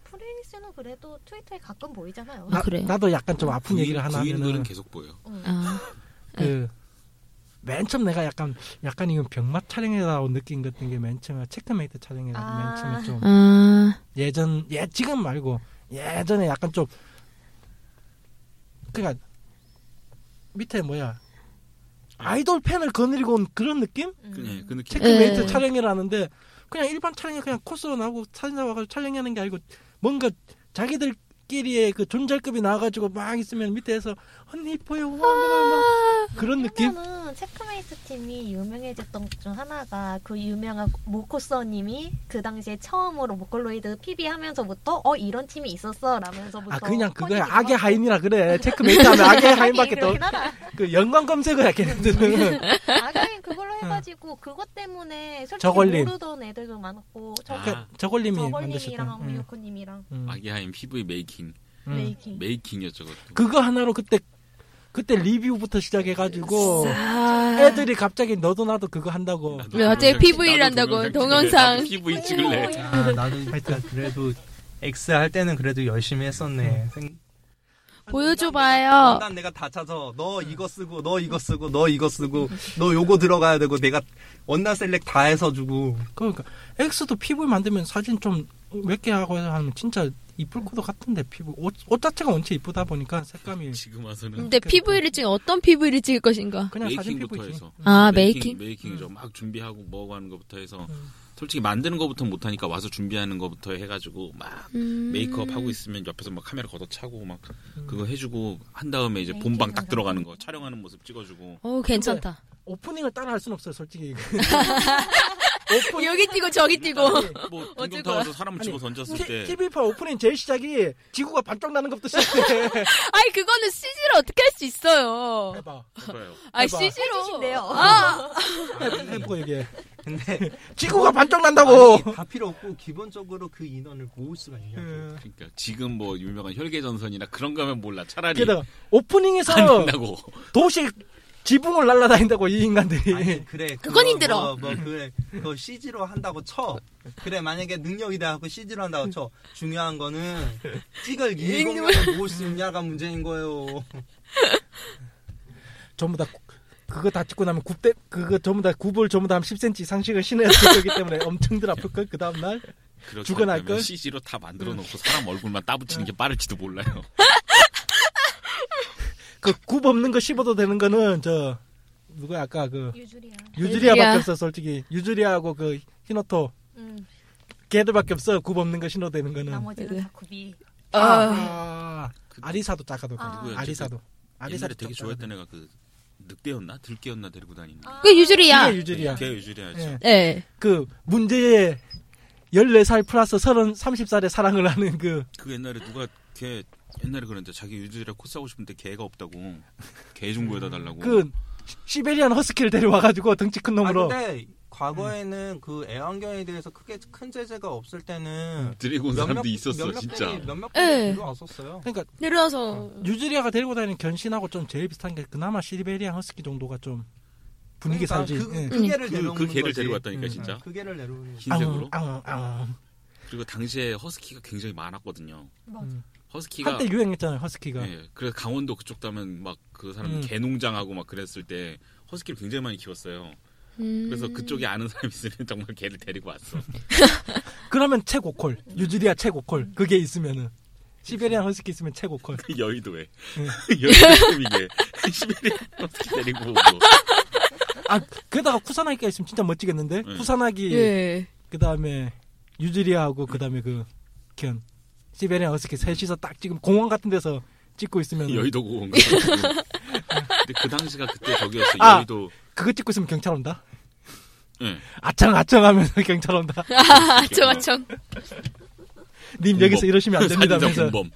프린스는 그래도 트위터에 가끔 보이잖아요. 아, 그래요? 나도 약간 좀 아픈 구인- 얘기를 하나 구인글은 하면은 계속 보여 아, 그맨 처음 내가 약간 약간 이건 병맛 촬영이라고 느낀 것 같은 게 맨 처음에 체크메이트 촬영이라 아. 맨 처음에 좀 아, 예전 예 지금 말고 예전에 약간 좀 그러니까 밑에 뭐야 아이돌 팬을 거느리고 온 그런 느낌? 음. 네, 그 느낌 체크메이트 예. 촬영을 하는데 그냥 일반 촬영이 그냥 코스로 나오고 사진사 와가지고 촬영하는 게 아니고 뭔가 자기들끼리의 그 존잘급이 나와가지고 막 있으면 밑에서 언니 이뻐요 와, 와, 와. 아. 그런 느낌? 왜냐면은 체크메이트 팀이 유명해졌던 것 중 하나가 그 유명한 모코서님이 그 당시에 처음으로 모컬로이드 PB 하면서부터 어 이런 팀이 있었어 라면서부터 아 그냥 그거야 커지기도 악의 하고. 하인이라 그래 체크메이트 [LAUGHS] 하면 악의 하인밖에 그렇긴 하다. 더그 연관 검색어야 [LAUGHS] 걔네들은 악의 하인 그걸로 해가지고 그것 때문에 솔직히 어. 저걸림. 모르던 애들도 많았고 저, 아. 그 저걸림이 음. 만드셨다 저걸님이랑 응, 미유코님이랑 응, 아기하임 PV 메이킹 응. 메이킹 메이킹이었죠 그것도 그거 하나로 그때 그때 리뷰부터 시작해가지고 아. 애들이 갑자기 너도 나도 그거 한다고 나도 왜 갑자기 동영상- PV 를 나도 한다고, 동영상 동영상. 찍을래. 나도 PV 찍을래 아, 나도 일단 그래도 X 할 때는 그래도 열심히 했었네. 생- 보여줘봐요. 원단 내가 다 찾아. 너 이거 쓰고, 너 이거 쓰고, 너 이거 쓰고, 너 요거 들어가야 되고, 내가 원단 셀렉 다 해서 주고. 그러니까 엑스도 피부 만들면 사진 좀 몇 개 하고 해서 하면 진짜 이쁠 것도 같은데 피부 옷, 옷 자체가 원체 이쁘다 보니까 색감이 [LAUGHS] 지금 와서는 근데 PV를 찍 어떤 PV를 찍을 것인가? 그냥 사진 메이킹부터 피부지 해서 아, 메이킹 메이킹? 메이킹이죠 막 준비하고 뭐고 하는 것부터 해서 솔직히 만드는 거부터 못하니까 와서 준비하는 거부터 해가지고 막 음. 메이크업 하고 있으면 옆에서 막 카메라 걷어차고 막 음. 그거 해주고 한 다음에 이제 메이킹 본방 딱 들어가는 거 감사합니다. 촬영하는 모습 [LAUGHS] 찍어주고 어 괜찮다. 오프닝을 따라 할 수는 없어요, [LAUGHS] 솔직히. 오프닝 여기 뛰고 저기 뛰고. 뭐 어쩔 등등 거야. 타워에서 사람 아니, 치고 던졌을 때 TV파 오프닝 제일 시작이 지구가 반짝 나는 것부터 시작해. 아니 그거는 CG를 어떻게 할 수 있어요? 해봐. 그래요. 아 해봐. CG로. 해주신대요. 아! 해- 해보고 얘기해. 근데 지구가 반짝 난다고! 아니, 다 필요 없고 기본적으로 그 인원을 모을 수가 있냐. 음. 그러니까 지금 뭐 유명한 혈계전선이나 그런 거면 몰라 차라리 게다가 안 오프닝에서 된다고 도시 지붕을 날아다닌다고 이 인간들이 [LAUGHS] 아니 그래 그거 그건 힘들어. 뭐, 뭐 그래 그거 CG로 한다고 쳐 그래 만약에 능력이다 하고 CG로 한다고 쳐 중요한 거는 [LAUGHS] 찍을 인공을 모을 수 있냐가 문제인 거예요 전부 다 구- 그거 다 찍고 나면 굽대 그거 전부 다 굽을 전부 다 한 10cm 상식을 신어야 되기 때문에 [LAUGHS] 엄청들 아플 걸그 다음 날 그렇게 죽어날 하면 걸? 네. CG로 다 만들어 놓고 사람 얼굴만 따붙이는 게 빠를지도 몰라요. 그 굽 없는 거 씹어도 되는 거는 저 누가 아까 그 유주리야. 유주리아밖에 유주리아. 없어 솔직히 유주리아하고 그 히노토 음, 걔들밖에 없어 굽 없는 거 신어도 되는 거는 아, 네. 나머지는 다 구비. 아, 그- 리사도 작아도 그래. 아. 아. 누구였지? 아리사도 옛날에 아리사도 되게 좀 작아도 좋아했던 애가 그 늑대였나 들개였나 데리고 다니는. 아, 그 유주리야. 그게 유주리아 걔 유주리아죠. 예. 네. 그 문제의 14살 플러스 30, 30살의 사랑을 하는 그 그 옛날에 누가 걔 옛날에 그랬는데 자기 유주리아 코 싸고 싶은데 걔가 없다고 개 좀 구해다 달라고. 그 시베리안 허스키를 데려와가지고 덩치 큰 아 놈으로 근데 과거에는 그 애완견에 대해서 크게 큰 제재가 없을 때는 데리고 온 사람도 몇몇- 있었어 몇몇 진짜. 분이- 몇몇 예. 분이 들어왔었어요 그러니까 내려와서. 유즈리아가 데리고 다니는 견신하고 좀 제일 비슷한 게 그나마 시베리안 허스키 정도가 좀 분위기 그러니까 살지 그, 예. 그 개를 음. 그- 데려오는 그 개를 거지. 데리고 왔다니까, 응, 진짜. 그 개를 데려오는 거지 흰색으로. 아웅, 아웅. 그리고 당시에 허스키가 굉장히 많았거든요. 음. 맞아. 허스키가 한때 유행했잖아요 허스키가 예, 그래서 강원도 그쪽 가면 막 그 사람 음. 이 개농장하고 막 그랬을 때 허스키를 굉장히 많이 키웠어요. 음. 그래서 그쪽에 아는 사람 있으면 정말 개를 데리고 왔어. [LAUGHS] 그러면 최고콜 유즈리아 최고콜 그게 있으면은 시베리안 허스키 있으면 최고콜 여의도에 네. [LAUGHS] 여의도 이게 시베리아 허스키 데리고 오고 아 게다가 쿠사나기가 있으면 진짜 멋지겠는데 네. 쿠사나기 예. 그 다음에 유즈리아하고 그 다음에 그견 시베리안 허스키 셋이서 딱 지금 공원 같은 데서 찍고 있으면 여의도 고온 거. 근데 그 당시가 그때 저기였어. 아. 여의도. 그거 찍고 있으면 경찰 온다 예. 아청 아청 하면서 [LAUGHS] 경찰 온다 아청 어. 아청. 님 공범. 여기서 이러시면 안 사진자 됩니다면서 공범.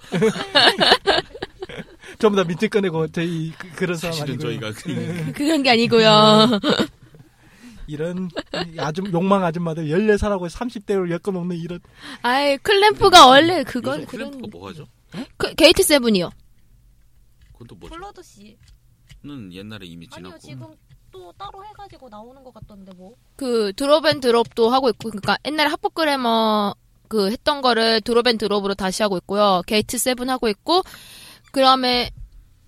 전부 다 민트 꺼내고 저희 그- 그런 사람 사실은 아니고 저희가 네. 그 그런 게 어. 아니고요. 이런 이 아줌 욕망 아줌마들 14살하고 30대로 엮어놓는 이런 아이 클램프가 원래 그건 음. 요즘 그런 클램프가 뭐 음. 하죠? 그, 게이트 세븐이요. 그건 또 뭐죠? 아, 블러드 씨. 는 옛날에 이미 아니요 지났고. 지금 또 따로 해가지고 나오는 것 같던데 뭐. 그 드롭앤 드롭도 하고 있고 그러니까 옛날에 합법그래머 그 했던 거를 드롭앤 드롭으로 다시 하고 있고요. 게이트 세븐 하고 있고 그다음에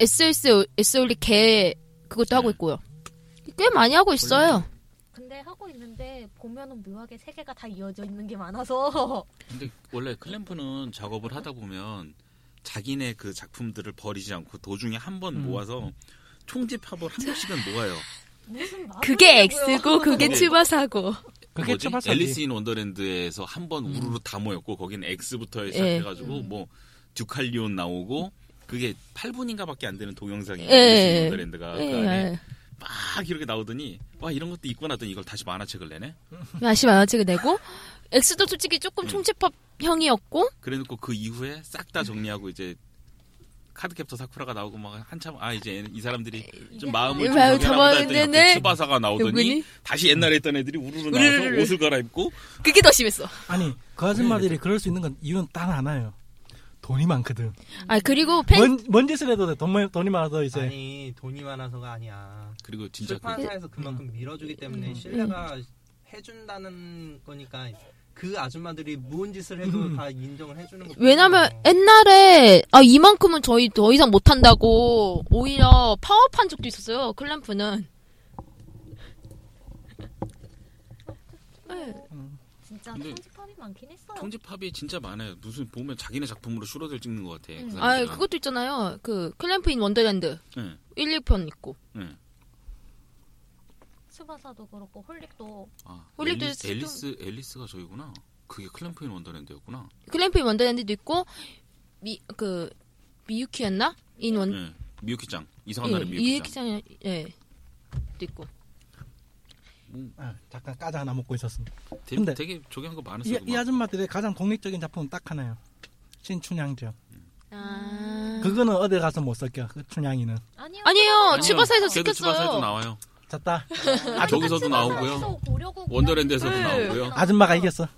SLS S올리 개 그것도 하고 있고요. 꽤 많이 하고 있어요. 근데 하고 있는데 보면은 묘하게 세 개가 다 이어져 있는 게 많아서. 근데 원래 클램프는 작업을 하다 보면 자기네 그 작품들을 버리지 않고 도중에 한 음. 번 모아서 총집합을 한 번씩은 모아요. [LAUGHS] 무슨 말? 아, 그게 X고 그게 그게 츠바사고. 아, 그게 뭐지? 츠바사지. 앨리스 인 원더랜드에서 한 번 음. 우르르 다 모였고 거긴 예. X부터 시작해가지고 뭐 듀칼리온 나오고 그게 8분인가밖에 안 되는 동영상이 예. 앨리스 인 원더랜드가 그 안에 예. 막 이렇게 나오더니 와 이런 것도 있구나 하더니 이걸 다시 만화책을 내네. 다시 만화책을 내고 X도 솔직히 조금 총집합 형이었고 그래놓고 그 이후에 싹 다 정리하고 이제 카드캡터 사쿠라가 나오고 막 한참 아 이제 이 사람들이 좀 마음을 좀 변하다 마음을 담았는데 했더니 네. 갑자기 츠바사가 나오더니 여군이? 다시 옛날에 했던 애들이 우르르 나와서 우르르르. 옷을 갈아입고 그게 더 심했어. 아니 그 아줌마들이 그럴 수 있는 건 이유는 딱 하나예요 돈이 많거든 아 그리고 팬 뭔, 뭔 짓을 해도 돈, 많- 돈이 많아서 이제 아니 돈이 많아서가 아니야 그리고 진짜 그 출판사에서 그만큼 밀어주기 때문에 신뢰가 해준다는 거니까 그 아줌마들이 뭔 짓을 해도 음. 다 인정을 해주는 거 왜냐면 옛날에 아 이만큼은 저희 더 이상 못한다고 오히려 파업한 적도 있었어요 클램프는 네. 진짜 근데- 편집함이 많긴 했어요. 총집합이 진짜 많아요. 무슨 보면 자기네 작품으로 슈러들 찍는 것 같아. 음. 그 네, 아 사람들은. 그것도 있잖아요 그 클램프 인 원더랜드 예, 1, 2편 있고 예. tsubasado 그렇고 홀릭도 아, 홀릭도 앨리스, 지금- 앨리스 앨리스가 저기구나. 그게 클램프인 원더랜드였구나. 클램프 인 원더랜드도 있고 미 그 미유키였나? 인 원. 네. 미유키짱 이상한 음? 예, 날의 미유키짱. 이유키장 예. 또 있고. 아, 잠깐 까자 하나 먹고 있었어. 되게, 근데- 되게 저기 한거 이, 많았어요. 그 이 아줌마들의 가장 독립적인 작품은 딱 하나요. 신춘향죠. 아. 그거는 어디 가서 못 섞여. 그 춘향이는. 아니요. 아니에요. 아니요, 치바사에서 걔도 치바사에도 시켰어요. 나와요. 잤다. 아, 저기서도 나오고요. 원더랜드에서도 네. 나오고요. 아줌마가 이겼어.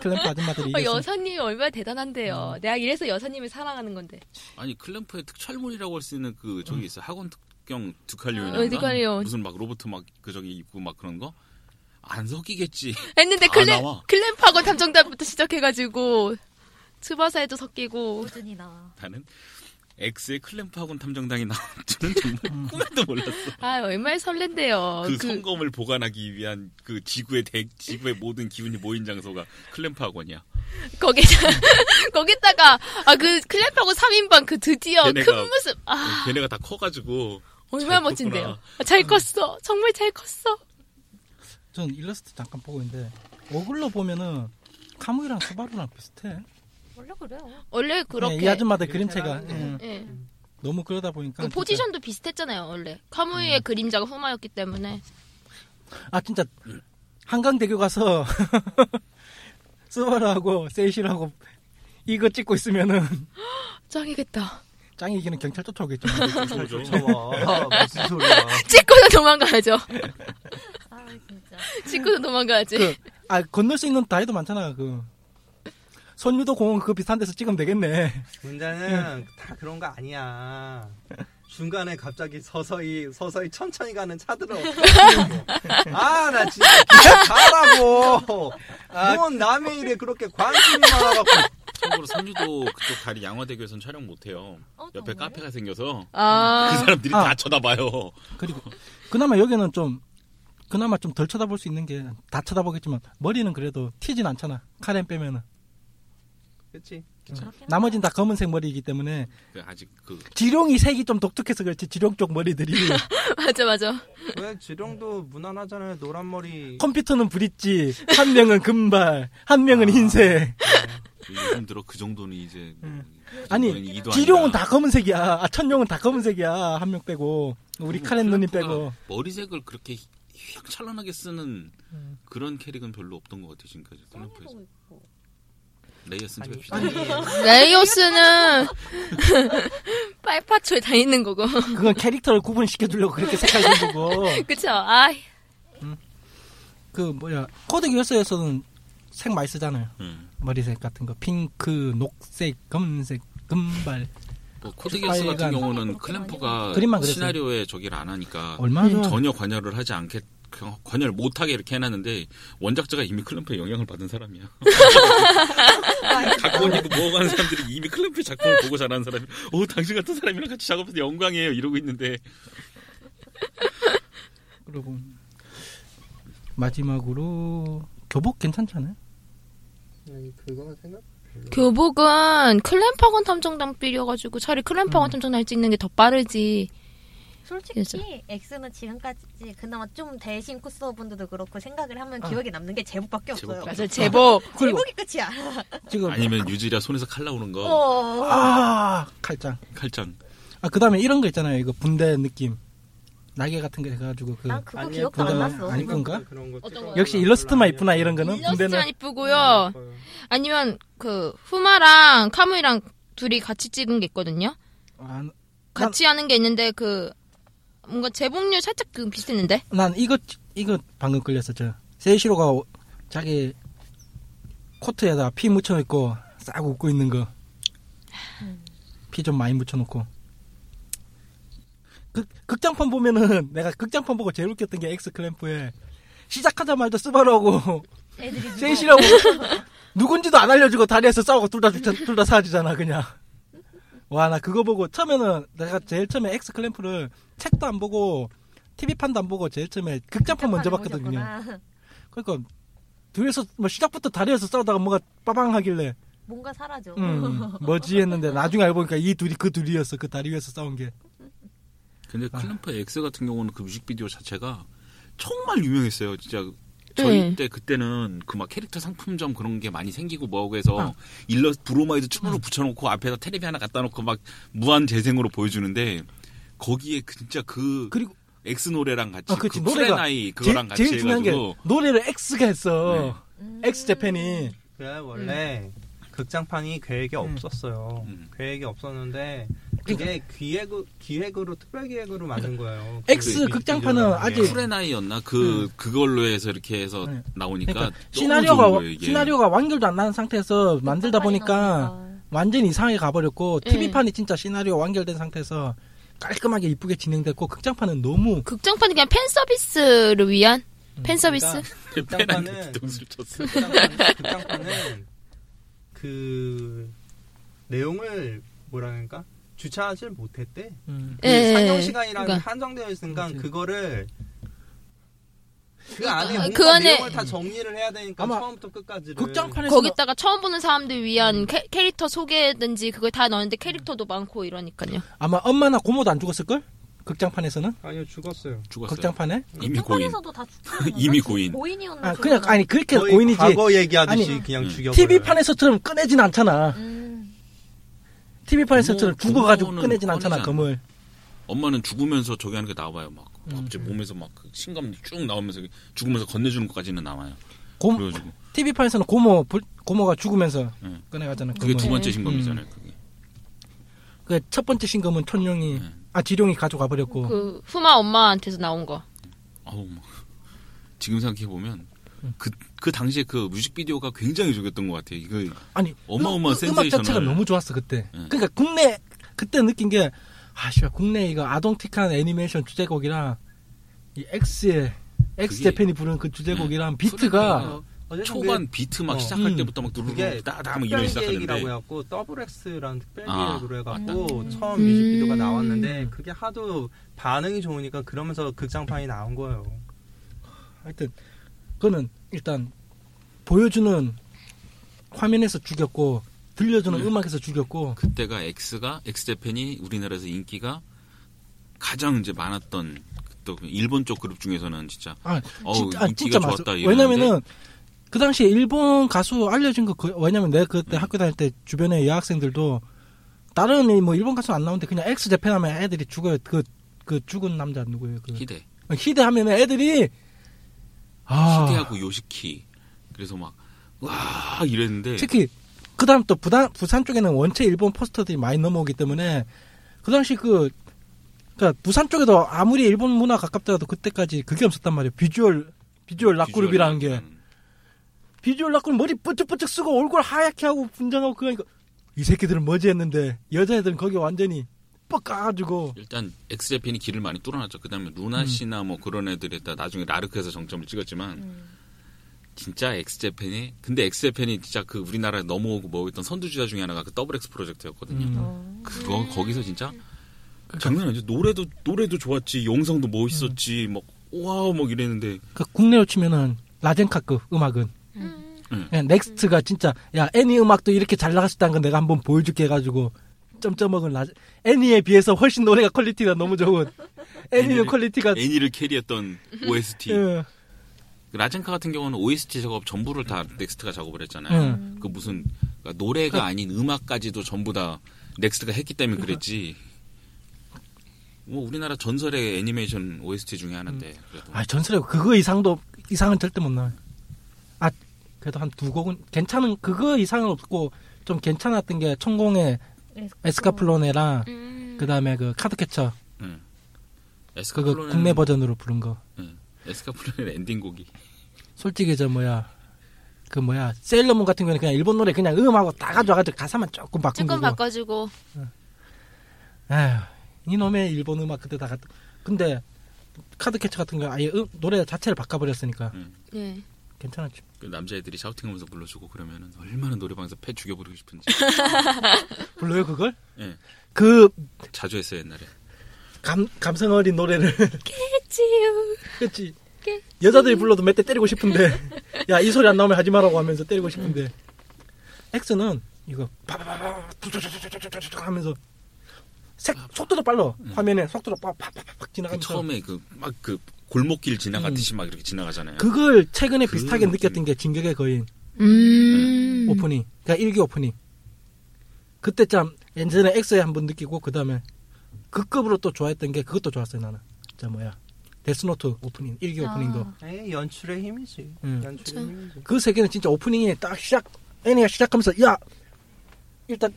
클램프 아줌마들이 어, 이겼어. 여사님이 얼마나 대단한데요. 음. 내가 이래서 여사님을 사랑하는 건데. 아니 클램프의 특촬물이라고 할 수 있는 그 저기 있어요. 학원 특경 음. 어, 에드갈리온. 두칼리온인가 무슨 막 로봇 막그 저기 입고 막 그런 거. 안 섞이겠지. 했는데 아, 클램, 나와. 클램파고 탐정단부터 시작해가지고 츠바사에도 섞이고 오준이 나와. 나는 X의 클램프학원 탐정당이 나올 줄은 음. 정말 꿈에도 몰랐어. 아 얼마나 설렌데요. 그, 성검을 보관하기 위한 그 지구의 대, 지구의 모든 기운이 모인 장소가 클램프학원이야. 거기 [LAUGHS] 거기다가 아 그 클램파고 3인방 그 드디어 걔네가- 큰 모습 아 걔네가 다 커가지고 얼마나 잘 어, 멋진데요. 컸구나. 음. 아, 잘 컸어. 정말 잘 컸어. 전 일러스트 잠깐 보고 있는데 어글로 보면은 카무이랑 수바루랑 비슷해. 원래 그래요. 원래 그렇게 네, 이 아줌마들 그림체가 네. 예. 예. 너무 그러다 보니까 그 진짜- 포지션도 비슷했잖아요 원래 카무이의 그림자가 후마였기 때문에 아 진짜 한강대교 가서 [LAUGHS] 수바루하고 세이시라고 이거 찍고 있으면은 짱이겠다. 짱이기는 경찰 [LAUGHS] 쫓아오겠죠. 그죠? 와, 무슨 소리야. 찍고는 도망가야죠. 아 진짜. 찍고는 도망가야지. 그, 아 건널 수 있는 다리도 많잖아. 그 선유도 공원 그 비슷한 데서 찍으면 되겠네. 문제는 다 그런 거 아니야. 중간에 갑자기 서서히 서서히 천천히 가는 차들을 아나 진짜 기사 가라고 아, 뭔 남의 일에 그렇게 관심이 많아갖고 참고로 선유도 그쪽 다리 양화대교에선 촬영 못해요. 어, 옆에 정말요? 카페가 생겨서 그 아 사람들이 아. 다 쳐다봐요. 그리고 그나마 여기는 좀 그나마 좀 덜 쳐다볼 수 있는 게 다 쳐다보겠지만 머리는 그래도 튀진 않잖아. 카렌 빼면은 그치 음. 그렇긴 나머진 다 검은색 머리이기 때문에 그 아직 그 지룡이 색이 좀 독특해서 그렇지 지룡 쪽 [LAUGHS] 머리들이 그 맞아 맞아. 왜 지룡도 무난하잖아요 노란 머리 컴퓨터는 브릿지 한 명은 금발 한 아, 명은 흰색 요즘 들어 그 정도는 이제 뭐 그 음. 아니, 정도는 이도 지룡은 아니라 다 검은색이야 아, 천룡은 다 검은색이야 한 명 빼고 음, 우리 카렌 누님 빼고 클램프가 머리색을 그렇게 휘- 휘황찬란하게 쓰는 그런 캐릭은 별로 없던 것 같아요 지금까지 클램프에서 써니도 있고. 레이어스는 집에 아니 피자 레이오스는 [LAUGHS] 빨파초에 다니는 거고. 그건 캐릭터를 구분시켜 주려고 그렇게 색깔 준 [LAUGHS] 거고 [LAUGHS] 그쵸? 아 그 뭐야 코드 결서에서는 색 많이 쓰잖아요 응. 머리색 같은 거 핑크 녹색 검은색 금발 뭐 코드게스 같은 빨간. 경우는 클램프가 그러니까 그림만 그랬어요. 시나리오에 저기를 안 하니까 얼마나 좋아. 전혀 관여를 하지 않게 그냥 관여를 못하게 이렇게 해놨는데 원작자가 이미 클램프의 영향을 받은 사람이야. 갖고 오니까 모아가는 사람들이 이미 클램프의 작품을 보고 자라는 사람이 오 당신 같은 사람이랑 같이 작업해서 영광이에요 이러고 있는데 그리고 마지막으로 교복 괜찮잖아요. 그거 생각 교복은 클램파건 탐정당 삘이어가지고 음. 차라리 클램파건 탐정당 찍는 게 더 빠르지. 솔직히 X는 지금까지 그나마 좀 대신 코스어분들도 그렇고 생각을 하면 기억에 남는 게 제목밖에 없어요. 제목밖에 맞아 [LAUGHS] 뭐- 제법. 제목이 끝이야. 지금 아니면 유지라 손에서 칼 나오는 거 어. 아 칼장. 칼장 아 그다음에 이런 거 있잖아요. 이거 분대 느낌 날개 같은 거 해가지고 그 아, 난 그거 기억도 그거 안 났어. 아니, 그건가? 그런 거 어떤 찍어 거요? 역시 일러스트만 이쁘나 이런 거는 일러스트만 분대는 음. 이쁘고요. 아니면 그 후마랑 카무이랑 둘이 같이 찍은 게 있거든요. 아, 같이 하는 게 있는데 그 뭔가 재봉률 살짝 그 비슷했는데. 난 이거 이거 방금 끌렸었죠. 세이시로가 오- 자기 코트에다 피 묻혀 있고 싹 웃고 있는 거. 피 좀 많이 묻혀 놓고. 극 극장판 보면은 [LAUGHS] 내가 극장판 보고 제일 웃겼던 게 엑스 클램프에 시작하자마자 스바루하고 애들이 누가- 세이시라고 누군지도 안 알려주고 다리에서 싸우고 둘 다 둘다 사라지잖아 그냥. 와 나 그거 보고 처음에는 내가 제일 처음에 엑스 클램프를 책도 안 보고 TV 판도 안 보고 제일 처음에 극장판 먼저 봤거든요. 보셨구나. 그러니까 둘이서 뭐 시작부터 다리에서 싸우다가 뭐가 빠방 하길래 뭔가 사라져. [LAUGHS] 음 뭐지 했는데 나중에 알고 보니까 이 둘이 그 둘이었어 그 다리 위에서 싸운 게. 근데 클램프 X 같은 경우는 그 뮤직비디오 자체가 정말 유명했어요. 진짜 저희 네. 때 그때는 그 막 캐릭터 상품점 그런 게 많이 생기고 뭐고 해서 아. 일러 브로마이드 춤으로 붙여놓고 앞에다 테레비 하나 갖다 놓고 막 무한 재생으로 보여주는데 거기에 진짜 그 그리고 엑스 노래랑 같이 아, 그 그치. 노래가 프레나이 제, 그거랑 같이 제일 중요한 게 해가지고 네. 노래를 X가 했어. X 재팬이 그 원래 극장판이 계획이 음. 그러니까 없었어요. 음. 계획이 없었는데 그게 기획 기획으로 특별 기획으로 만든 거예요. 그 X 미- 극장판은 미디어라는 게. 아직- 프레나이였나 그 그걸로 해서 이렇게 해서 네. 나오니까 예. 그러니까 너무 시나리오가 좋은 거예요, 이게. 시나리오가 완결도 안 난그 상태에서 만들다 보니까 그러니까. 완전히 이상하게 가버렸고 네. TV판이 진짜 시나리오 완결된 상태에서 깔끔하게 이쁘게 진행됐고 극장판은 너무 극장판이 그냥 팬 서비스를 위한 팬 서비스. [LAUGHS] 그러니까 페나한테 그 극장판은 그 뒤통수를 쳤어. 극장판은, 극장판은 그 내용을 뭐라 그럴까 주차하지 못했대. 음, 그 예, 상영 예, 시간이라는 게 그러니까. 한정되어 있으니까 그렇지. 그거를그 안에 그 뭔가 안에- 내용을 다 정리를 해야 되니까 아마 처음부터 끝까지를 극장판에서 거기다가 처음 보는 사람들 위한 캐, 캐릭터 소개든지 그걸 다 넣었는데 캐릭터도 많고 이러니까요. 아마 엄마나 고모도 안 죽었을 걸 극장판에서는 아니요 죽었어요. 죽었어요. 극장판에 이미 고인. 판에서도 다 죽었나? [LAUGHS] 이미 고인. 고인이었나? 아 그냥 아니 그렇게 거의 고인이지 과거 얘기하듯이 아니, 그냥 음. 죽여. TV판에서처럼 꺼내진 않잖아 음. TV판에서처럼 고모, 죽어가지고 고모는 꺼내진 않잖아 꺼내지 검을 엄마는 죽으면서 저기 하는 게 나와요. 막 갑자기 몸에서 막그 신감 쭉 나오면서 죽으면서 건네주는 것까지는 나와요. 고, 그래가지고 TV판에서는 고모 불- 고모가 죽으면서 음. 꺼내가잖아 그게 검을 두 번째 신검이잖아요. 그게. 그 첫 번째 신검은 촌룡이 음. 아 지룡이 가져가 버렸고 그 후마 엄마한테서 나온 거. 아우 막 지금 생각해 보면 그 그 당시에 그 뮤직비디오가 굉장히 죽였던 것 같아요. 이거 아니 어마어마한 음, 음악 센세이션을- 자체가 너무 좋았어 그때. 예. 그러니까 국내 그때 느낀 게 아시아 국내 이거 아동틱한 애니메이션 주제곡이랑 이 X의 X 그게- 네. 재팬이 부른 그 주제곡이랑 비트가 어쨌든 아, 초반 비트 막 어. 시작할 음. 때부터 막 누르르 그게 따다 막 이런 특별 계획이라고 시작하는데 해갖고 더블 X라는 특별 아, 계획으로 해갖고 맞다. 처음 음. 뮤직비디오가 나왔는데 그게 하도 반응이 좋으니까 그러면서 극장판이 나온 거예요. 하여튼 그거는 일단 보여주는 화면에서 죽였고 들려주는 음. 음. 악에서 죽였고 그때가 X가 X 재팬이 우리나라에서 인기가 가장 이제 많았던 또 일본 쪽 그룹 중에서는 진짜 아 어우, 진짜 아, 인기가 진짜 맞아. 좋았다 이러는데. 왜냐면은 그 당시에 일본 가수 알려진 거 그, 왜냐면 내가 음. 그때 학교 다닐 때 주변에 여학생들도 다른 이 뭐 일본 가수 안 나오는데 그냥 엑스 재팬 하면 애들이 죽어요. 그, 그 죽은 남자 누구예요? 그 희대 히데 하면 애들이 아 희대하고 요시키 그래서 막와 이랬는데 특히 그다음 또 부산 부산 쪽에는 원체 일본 포스터들이 많이 넘어오기 때문에 그 당시 그 그러니까 부산 쪽에도 아무리 일본 문화 가깝더라도 그때까지 그게 없었단 말이에요. 비주얼 비주얼 락그룹이라는 게 비주얼이 음. 비주얼 락고 머리 뿌쩍뿌쩍 쓰고 얼굴 하얗게 하고 분장하고 그러니까 이 새끼들은 뭐지 했는데 여자애들은 거기 완전히 뻑 까가지고 일단 엑스제팬이 길을 많이 뚫어놨죠. 그다음에 루나 씨나 뭐 그런 애들에다 나중에 라르크에서 정점을 찍었지만 진짜 엑스제팬이 근데 엑스제팬이 진짜 그 우리나라에 넘어오고 뭐 했던 선두주자 중에 하나가 그 더블 엑스 프로젝트였거든요. 음. 그거 거기서 진짜 그러니까 장난 아니죠. 노래도 노래도 좋았지, 영상도 음. 멋있었지, 막 와우 막 이랬는데 그 국내로 치면은 라젠카급 음악은 음. 예, 넥스트가 진짜 야 애니 음악도 이렇게 잘 나갔었다는 건 내가 한번 보여줄게 해가지고 점점먹은 라 애니에 비해서 훨씬 노래가 퀄리티가 너무 좋은 애니는 애니를- 퀄리티가 애니를 캐리했던 OST. 예, 그 라젠카 같은 경우는 OST 작업 전부를 다 넥스트가 작업을 했잖아요. 음. 그 무슨 그러니까 노래가 아닌 음악까지도 전부 다 넥스트가 했기 때문에 그랬지. 뭐 우리나라 전설의 애니메이션 OST 중에 하나인데 그래도 아 전설에 그거 이상도 이상은 절대 못 나와요. 아 그래도 한 두 곡은 괜찮은 그거 이상은 없고 좀 괜찮았던 게 천공의 네, 에스카플로네랑 그 다음에 그 카드캐쳐 그거 에스카플로는 국내 버전으로 부른 거. 에스카플로는 엔딩곡이 솔직히 저 뭐야 그 뭐야 세일러문 같은 경우는 그냥 일본 노래 그냥 음하고 다 가져와가지고 가사만 조금 바꾼 조금 거고. 바꿔주고 에휴, 이놈의 일본 음악 그때 다 갖. 근데 카드캐쳐 같은 거 아예 음- 노래 자체를 바꿔버렸으니까 음. 예. 괜찮았죠. 그 남자애들이 샤우팅하면서 불러주고 그러면은 얼마나 노래방에서 패 [LAUGHS] 죽여버리고 싶은지 불러요 그걸? 예. 그 자주 했어요 옛날에. 그 감, 감성 어린 노래를 지우. 그치 여자들이 불러도 몇 대 때리고 싶은데 야 이 소리 안 나오면 하지 마라고 하면서 때리고 싶은데 엑스는 이거 바바바바 두두두두두두두두 하면서 색 속도도 빨라 화면에 속도도 팍팍팍팍 그 지나가면서 음. 처음에 그 막 그 골목길 지나가듯이 막 이렇게 지나가잖아요. 예. 그걸 최근에 그 비슷하게 느낌. 느꼈던 게 진격의 거인 음. 오프닝. 그러니까 일기 오프닝. 그때 참 예전에 엑소에 한번 느끼고 그다음에 그 급으로 또 좋아했던 게 그것도 좋았어요 나는. 자 뭐야 데스노트 오프닝 일기 오프닝도 아. 에이, 연출의 힘이지. 음. 연출의 힘이지. 그 세 개는 진짜 오프닝에 딱 시작 애니가 시작하면서 야 일단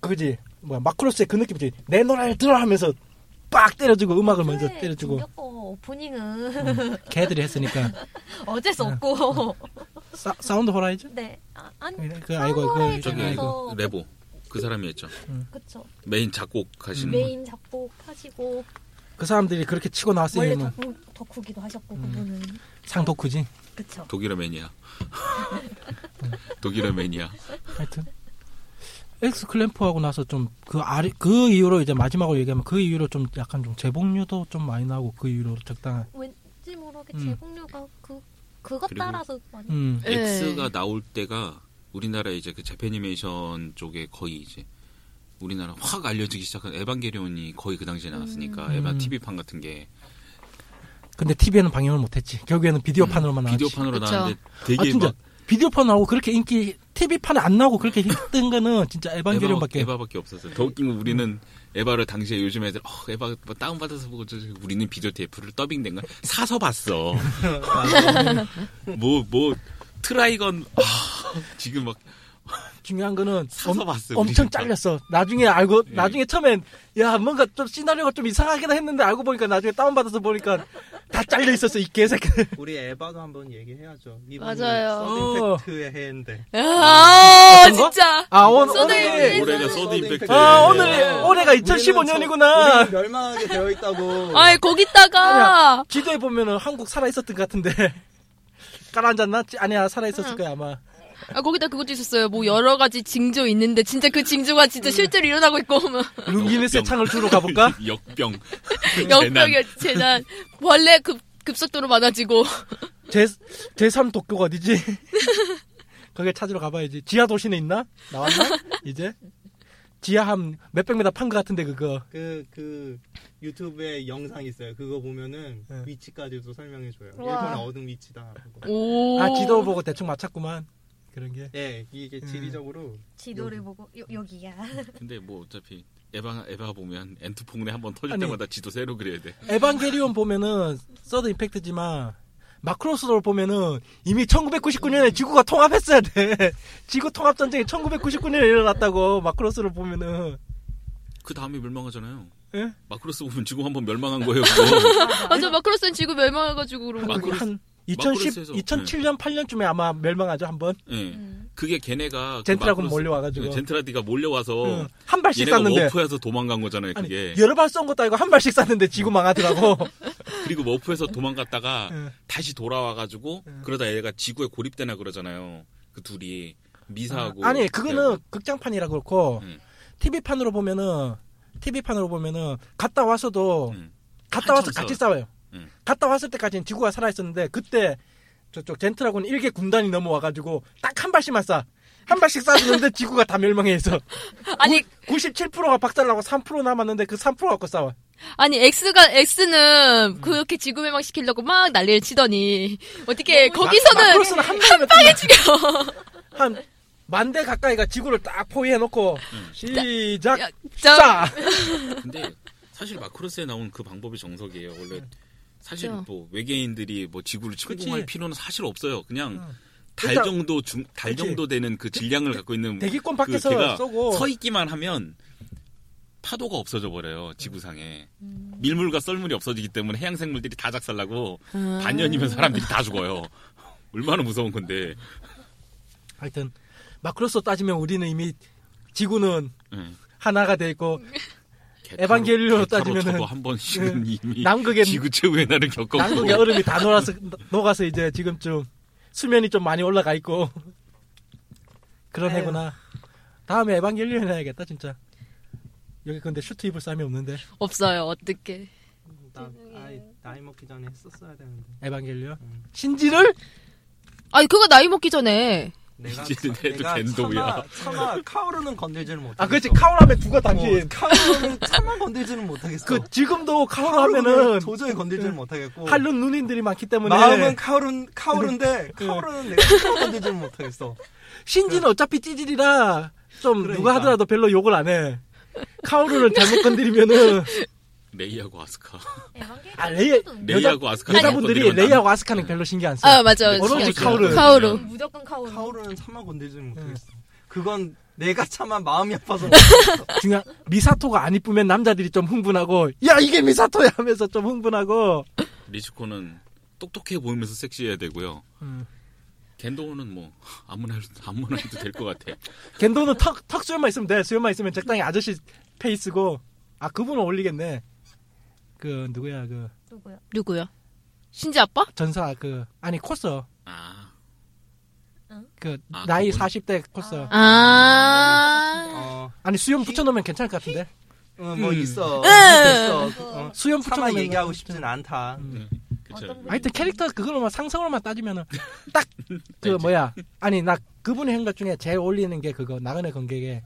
그지 뭐야 마크로스의 그 느낌이지 내 노래를 들어 하면서 빡 때려주고 음악을 먼저 그래, 때려주고 진격고 네, 오프닝은 음, 아. 걔들이 했으니까 [LAUGHS] 어쩔 수 없고 [LAUGHS] 사, 사운드 호라이즌 네 아, 아니 그 아이고 그 저기 그래서- 아이고, 레보 그 사람이 했죠. 그쵸 메인 작곡하시는 분. 메인 작곡 하시고 그 사람들이 그렇게 치고 원래 나왔으니 뭐 덕후, 덕후기도 음. 하셨고 그분은 상덕후지 그쵸 독일어 매니아. [LAUGHS] 독일어 매니아. 하여튼 엑스 클램프하고 나서 좀 그 아래 그 이후로 이제 마지막으로 얘기하면 그 이후로 좀 약간 좀 재봉류도 좀 많이 나오고 그 이후로 적당한 왠지 모르게 음. 제공료가 그 그것 그리고- 따라서 많이 음 예. X가 나올 때가 우리나라 이제 그 재패니메이션 쪽에 거의 이제 우리나라 확 알려지기 시작한 에반게리온이 거의 그 당시에 나왔으니까 음. 에반 음. TV판 같은 게 근데 TV에는 방영을 못했지 결국에는 비디오판으로만 아, 나왔지 음, 비디오판으로 그쵸. 나왔는데 아 되게 진짜 막 비디오판 나오고 그렇게 인기 TV판에 안 나오고 [LAUGHS] 그렇게 힘든 거는 진짜 에반게리온밖에 에바, 에바밖에 없었어요. 더 웃긴 건 우리는 에바를 당시에 요즘 애들 어, 에바 뭐 다운받아서 보고 저- 저- 우리는 비디오 테이프를 더빙된 걸 [LAUGHS] 사서 봤어. 뭐 뭐 트라이건 아, 지금 막 중요한 거는 사서 봤어요, 엄청 우리 진짜. 잘렸어 나중에 알고 예. 나중에 처음엔 야 뭔가 좀 시나리오가 좀 이상하긴 했는데 알고 보니까 나중에 다운받아서 보니까 다 잘려 있었어 이 개새끼들 우리 에바도 한번 얘기해야죠. 이분이 맞아요. 어. 서브 임팩트의 해인데. 예. 아, 어떤 거? 진짜. 아 오늘 소드 오늘 임팩트. 올해가 서드 임팩트. 아 네. 오늘 올해가 우리는 2015년이구나 멸망하게 되어 있다고. [LAUGHS] 아이, 거기다가. 지도에 보면은 한국 살아있었던 것 같은데 [LAUGHS] 깔아앉았나? 지- 아니야 살아있었을 거야 아마 아, 거기다 그것도 있었어요. 뭐, 여러 가지 징조 있는데, 진짜 그 징조가 진짜 실제로 일어나고 있고, 뭐. 룸기네스의 창을 주러 [LAUGHS] 가볼까? [LAUGHS] [LAUGHS] 역병. 역병이었지, 재난. 원래 급, 급속도로 많아지고. 제, 제3 도쿄가 어디지? [LAUGHS] 거기 찾으러 가봐야지. 지하 도시는 있나? 나왔나? 이제? 지하 한 몇백 미터 판것 같은데 그거. 그, 그 유튜브에 영상 있어요. 그거 보면은 네. 위치까지도 설명해줘요. 우와. 일본 어둠 위치다. 라고. 오. 아 지도 보고 대충 맞췄구만. 그런 게. 예, 이게 음. 지리적으로 지도를 보고 요, 여기야 아, 근데 뭐 어차피 에바 에바 보면 엔트폭네 한 번 터질 아니. 때마다 지도 새로 그려야 돼. 에반게리온 보면은 서드 임팩트지만 마크로스를 보면은 이미 1999년에 지구가 통합했어야 돼. [LAUGHS] 지구 통합 전쟁이 1999년에 일어났다고 마크로스를 보면은 그 다음에 멸망하잖아요. 예? 마크로스 보면 지금 한번 멸망한 [LAUGHS] 거예요. 그거. 맞아, 마크로스는 지구 멸망해가지고 그런 거. 아, 마크로스- 네. 한 2010, 마크로스에서, 2007년 8년쯤에 아마 멸망하죠 한번. 예. 음. 그게 걔네가 그 젠트라곤 마크로스- 몰려와가지고. 예, 젠트라디가 몰려와서 응. 한 발씩 얘네가 쐈는데. 워프에서 도망간 거잖아요. 아니, 그게 네. 여러 발 쏜 것도 아니고 한 발씩 쐈는데 지구 망하더라고. 그리고 워프에서 도망갔다가 응. 다시 돌아와가지고 그러다 얘가 지구에 고립되나 그러잖아요. 그 [LAUGHS] 둘이 미사하고 아니, 그거는 극장판이라 그렇고, 음. TV판으로 보면은, TV판으로 보면은, 갔다 와서도, 음. 갔다 와서 한참 같이 싸워. 싸워요. 음. 갔다 왔을 때까지는 지구가 살아있었는데, 그때, 저쪽 젠트라곤 일개 군단이 넘어와가지고, 딱 한 발씩만 쏴. 한 발씩 쏴주는데 [LAUGHS] 지구가 다 멸망해 있어. 아니, 97%가 박살나고 3% 남았는데 그 3% 갖고 싸워. 아니, X가, X는 그렇게 지구 멸망시키려고 막 난리를 치더니, 어떻게, 거기서는 [LAUGHS] 마크로스는 한 방에 빵에 죽여. 한 만 대 가까이가 지구를 딱 포위해놓고 음. 시작 야, 자. 자 근데 사실 마크로스에 나온 그 방법이 정석이에요. 원래 사실 그죠. 뭐 외계인들이 뭐 지구를 침공할 네. 그치. 필요는 사실 없어요. 그냥 응. 달 일단- 정도 중, 달 그치. 정도 되는 그 질량을 갖고 있는 대기권 그 밖에서 걔가 쏘고 서 있기만 하면 파도가 없어져 버려요 지구상에 음. 밀물과 썰물이 없어지기 때문에 해양 생물들이 다 작살나고 아. 반년이면 사람들이 다 죽어요. [LAUGHS] 얼마나 무서운 건데. 하여튼 마크로스 따지면 우리는 이미 지구는 예. 하나가 돼 있고 음. 개타로- 에반게리온으로 개타로 따지면은 네. 쳐도 한 번씩은 이미 남극의- 지구 최후의 날을 겪었고 남극의 얼음이 다 녹아서 녹아서 이제 지금쯤 수면이 좀 많이 올라가 있고 그런 에휴. 해구나 다음에 에반게리온 해야겠다 진짜 여기 근데 슈트 입을 사람이 없는데 [LAUGHS] 없어요, 어떻게. 나, 아이, 나이 먹기 전에 했었어야 되는데. 에반게리온 음. 신지를 아니, 그거 나이 먹기 전에. 내가 이제는 차- 해도 내가 된도야. 차마, 차마 카오르는 건드리지는 못해. 아, 그렇지. 카오라면 누가 어, 당신. 카오르는 차마 건드리지는 못하겠어. 그 지금도 카오르는 카오라면은 도저히 건드리지는 그 못하겠고. 할른 누님들이 많기 때문에 네. 마음은 카오른 카오른데 카오르는 내가 차마 건드리지는 못하겠어. 신지는 어차피 찌질이라 좀 누가 그러니까. 하더라도 별로 욕을 안 해. [LAUGHS] 카오루를 잘못 건드리면은 레이하고 아스카. 에반게리온도 아, 레이- 있는데. 레이하고 아스카. 여자분들이 건드리면 남- 레이하고 아스카는 별로 신경 안 써. 아 맞아요. 오로지 신경 써요. 카오르. 카오르. 네. 무조건 카오르. 카오르는 차마 건드리지는 네. 못하겠어. 그건 내가 차마 마음이 아파서 중요한 미사토가 안 이쁘면 남자들이 좀 흥분하고 야 이게 미사토야 하면서 좀 흥분하고 리치코는 똑똑해 보이면서 섹시해야 되고요. 음. 겐도우는 겐도우는 뭐 아무나 해도- 아무나 해도 될 것 같아. 겐도는 턱, 턱 수염만 있으면 돼 수염만 있으면 적당히 아저씨 페이스고 아 그분은 어울리겠네 그 누구야 그 누구야? 누구요? 신지 아빠? 전사 그 아니 코서 아 그 아, 나이 그분? 40대 코서 아. 아. 어, 아니 수염 붙여놓으면 괜찮을 것 같은데 어, 뭐 음. 있어. 네. 음. 있어. 어, 수염 차마 붙여놓으면 얘기하고 싶진 않다. 음. 네. 그쵸. 어떤 분이- 하여튼 캐릭터 그걸로만 상성으로만 따지면은 네. [LAUGHS] 딱 그 뭐야 아니 나 그분의 행각 중에 제일 어울리는 게 그거 나그네 관객에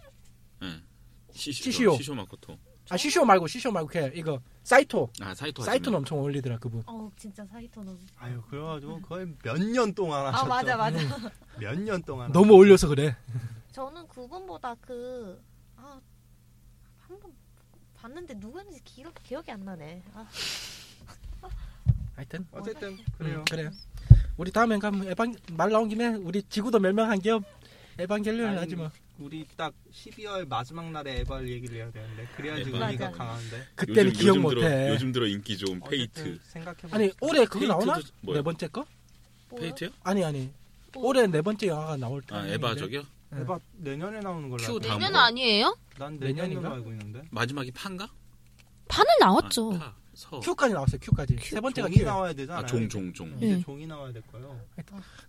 응. 네. 시시오 시시오. 시시오 마코토. 아 시쇼 말고 시쇼 말고 걔 이거 사이토 아 사이토 사이토는 하지만. 엄청 어울리더라 그분 어 진짜 사이토는. 아유 그래가지고 거의 몇 년 동안 아 하셨죠. 맞아 맞아. 몇 년 동안. 너무 어울려서 그래 [LAUGHS] 저는 그분보다 그 아, 한 번 봤는데 누구였는지 기억, 기억이 안 나네. 아, 하여튼 어쨌든 그래요. 음, 그래요 우리 다음엔 가면 에반 말 나온 김에 우리 지구도 멸망한 겸 에반겔리온을 아니, 하지 뭐 우리 딱 12월 마지막 날에 에바를 얘기를 해야 되는데 그래야지 맞아. 의미가 강한데. 그때는 요즘- 기억 요즘 들어- 못해 요즘 들어 인기 좋은 어쨌든 페이트. 생각해보. 아니 올해 그거 나오나 페이트도- 뭐요? 네 번째 거 뭐야? 페이트요? 아니 아니 뭐, 올해 네 번째 영화가 나올 때 아 에바 저기요? 에바 내년에 나오는 걸로. 큐 알고 다음 내년 거. 아니에요? 난 내년인가 내년인가? 알고 있는데. 마지막이 판가? 반은 나왔죠. 아, 파, 서. Q까지 나왔어요 Q까지 세 번째가 종이 Q 나와야 되잖아. 아, 종, 종, 종. 이제 네. 종이 나와야 될 거예요.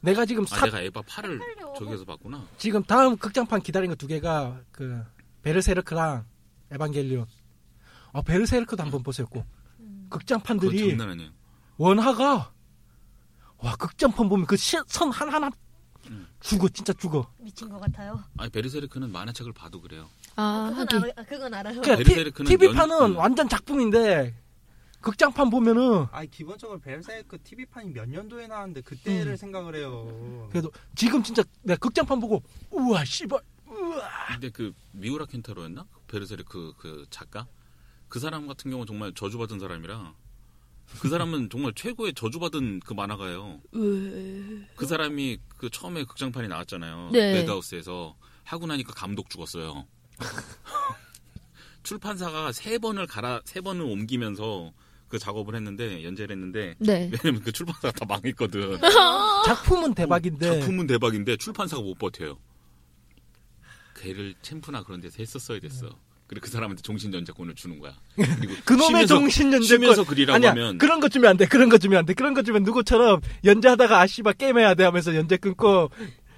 내가 지금 아, 사, 내가 에바 팔을 헷갈려. 저기에서 봤구나. 지금 다음 극장판 기다린 거 두 개가 그 베르세르크랑 에반겔리온. 어 베르세르크도 한번 보세요. 꼭 음, 그건 극장판들이 장난 아니에요. 원화가 와 극장판 보면 그 선 하나하나 음. 죽어 진짜 죽어. 미친 것 같아요. 아니, 베르세르크는 만화책을 봐도 그래요. 아 그건, 하긴. 알아, 아, 그건 알아요. 그러니까 베르세르크는 TV 판은 연- 음. 완전 작품인데 극장판 보면은 아 기본적으로 벨세이크 TV 판이 몇 년도에 나왔는데 그때를 생각을 해요. 그래도 지금 진짜 내가 극장판 보고 우와 씨발 근데 그 미우라 켄타로였나? 그 베르세르크 그 작가? 그 사람 같은 경우 정말 저주받은 사람이라 그 사람은 정말 최고의 저주받은 그 만화가예요. 으... 그 사람이 그 처음에 극장판이 나왔잖아요. 네. 레드하우스에서 하고 나니까 감독 죽었어요. 출판사가 세 번을 갈아 세 번을 옮기면서 그 작업을 했는데 연재를 했는데 네. 왜냐면 그 출판사가 다 망했거든. 작품은 대박인데 작품은 대박인데 출판사가 못 버텨요. 걔를 챔프나 그런 데서 했었어야 됐어. 그리고 그 사람한테 정신 전작권을 주는 거야. 그리고 [LAUGHS] 그놈의 쉬면서- 정신 쉬면서 연재권 그리라고 아니야 하면 그런 거 주면 안 돼 그런 거 주면 안 돼 그런 거 주면 누구처럼 연재하다가 아씨발 게임해야 돼 하면서 연재 끊고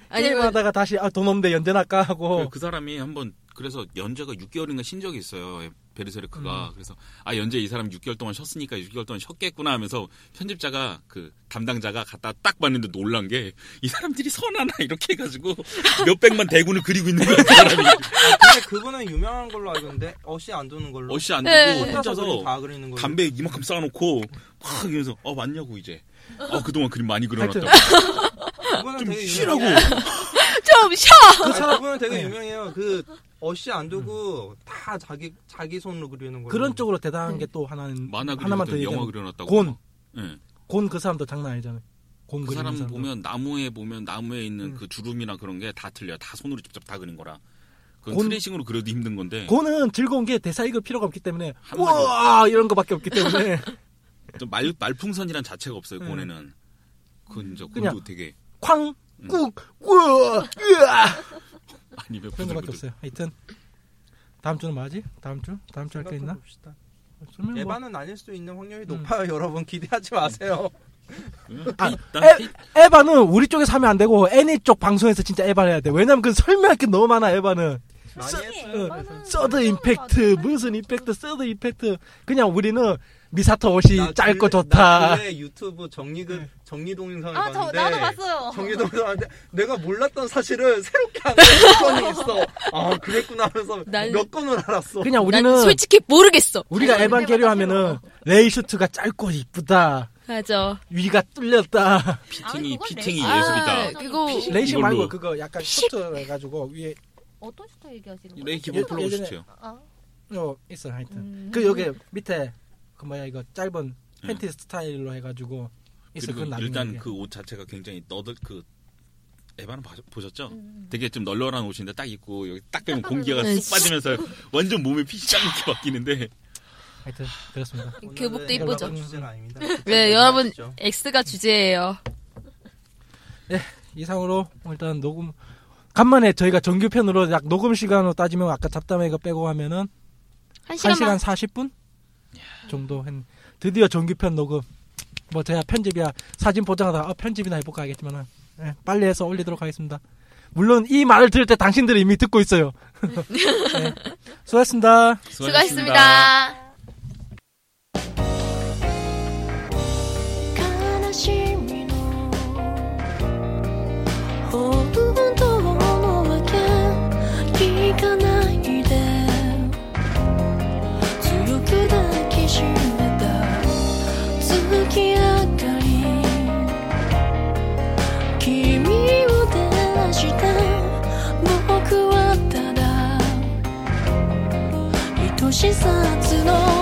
아니면 뭐 게임하다가 다시 아, 돈 없는데 연재 할까 하고 그, 그 사람이 한번 그래서 연재가 6개월인가 쉰 적이 있어요. 예, 베르세르크가 음. 그래서 아 연재 이 사람 6개월 동안 쉬었으니까 6개월 동안 쉬었겠구나 하면서 편집자가 그 담당자가 갔다 딱 봤는데 놀란 게 이 사람들이 선하나 이렇게 [LAUGHS] 해가지고 몇 백만 대군을 그리고 있는 거야. 그 사람이 근데 그분은 유명한 걸로 알고 있는데 어시 안 도는 걸로. 어시 안 네. 되고 혼자서 그림 혼자서 다 그리는 뭐 걸로. 담배 이만큼 쌓아놓고 막 이러면서 어 맞냐고 이제 어 그동안 그림 많이 그려놨다고 아, 그분은 좀 되게 쉬라고 유명해요. 좀 쉬어. 그 사람 그분은 되게 유명해요. 그 어시 안 두고 다 자기 자기 손으로 그리는 걸로. 그런 쪽으로 대단한 네. 게 또 하나는 음. 만화 하나만 더 그리고 영화 얘기하면 그려놨다고 곤. 예. 곤 그 사람도 장난 아니잖아요. 곤 그 그리는 사람 사람도. 보면 나무에 보면 나무에 있는 음. 그 주름이나 그런 게 다 틀려요. 다 손으로 직접 다 그린 거라. 그건 곤- 트레이싱으로 그려도 힘든 건데 곤은 즐거운 게 대사 읽을 필요가 없기 때문에 네. 한마디 우와 이런 거밖에 없기 [LAUGHS] 때문에 좀 말, 말풍선이란 자체가 없어요. 음. 곤에는 그건 이제 그냥- 곤도 되게 쾅, 음. 꾹, 우와, 으아 많이 그런 베푸는 거밖에 것도 없어요. 하여튼 다음 주는 뭐하지? 다음 주? 다음 주 할 게 있나? 생각해봅시다. 설명 뭐- 에바는 아닐 수 있는 확률이 음. 높아요, [LAUGHS] 여러분. 기대하지 마세요. 아, 일단 에, 에바는 우리 쪽에서 하면 안 되고 애니 쪽 방송에서 진짜 에바 해야 돼. 왜냐면 그 설명할 게 너무 많아 에바는. 많이 써- 네. 했어요. 어, 음, 그래서. 서드 임팩트 무슨 임팩트 서드 임팩트 그냥 우리는 미사토 옷이 나 짧고 근래- 나 좋다. 근래 유튜브 정리글 정리 동영상을 아, 저 봤는데 나도 봤어요. 정리 동영상한테 내가 몰랐던 사실을 새롭게 하는 건이 있어. 아 그랬구나 하면서 난- 몇 건을 알았어. 그냥 난 우리는 솔직히 모르겠어. 우리가 아니, 에반게리오 그때마다 하면은 레이슈트가 짧고 이쁘다. 맞아. 위가 [LAUGHS] 뚫렸다. 피팅이 그건 피팅이 레이스. 아, 예술이다. 그거 레이싱 이걸로. 말고 그거 약간 셔츠 해가지고 위에 어떤 스타일 얘기하시는 거예요? 레이 기본 예- 플로우 예전에- 슈트요. 아, 어 있어 하여튼 음. 그 여기 밑에 그 뭐야 이거 짧은 팬티 스타일로 해가지고 있어 그리고 그건 나중에 일단 얘기해. 그 옷 자체가 굉장히 너들 그 에바는 봐- 보셨죠? 음. 되게 좀 널널한 옷인데 딱 입고 여기 딱 빼면 공기가 네. 쑥 빠지면서 완전 몸에 핏이 쫙 이렇게 바뀌는데 하여튼 그렇습니다. 교복도 이걸로 이쁘죠. 하고. 주제는 아닙니다. 그렇죠. 네, 여러분 아시죠? X가 주제예요. 이상으로 일단 녹음 간만에 저희가 정규편으로 약 녹음 시간으로 따지면 아까 잡담회 이거 빼고 하면은 한 1시간 시간만 40분 정도 한 드디어 정규편 녹음 뭐 제가 편집이야 사진 보장하다가 어, 편집이나 해볼까 하겠지만 예, 빨리 해서 올리도록 하겠습니다. 물론 이 말을 들을 때 당신들이 이미 듣고 있어요. [LAUGHS] 예, 수고하셨습니다. 수고하셨습니다. 悲しみの本当のわけ聞かないで強く抱きしめた月明かり君を照らして僕はただ愛しさ募る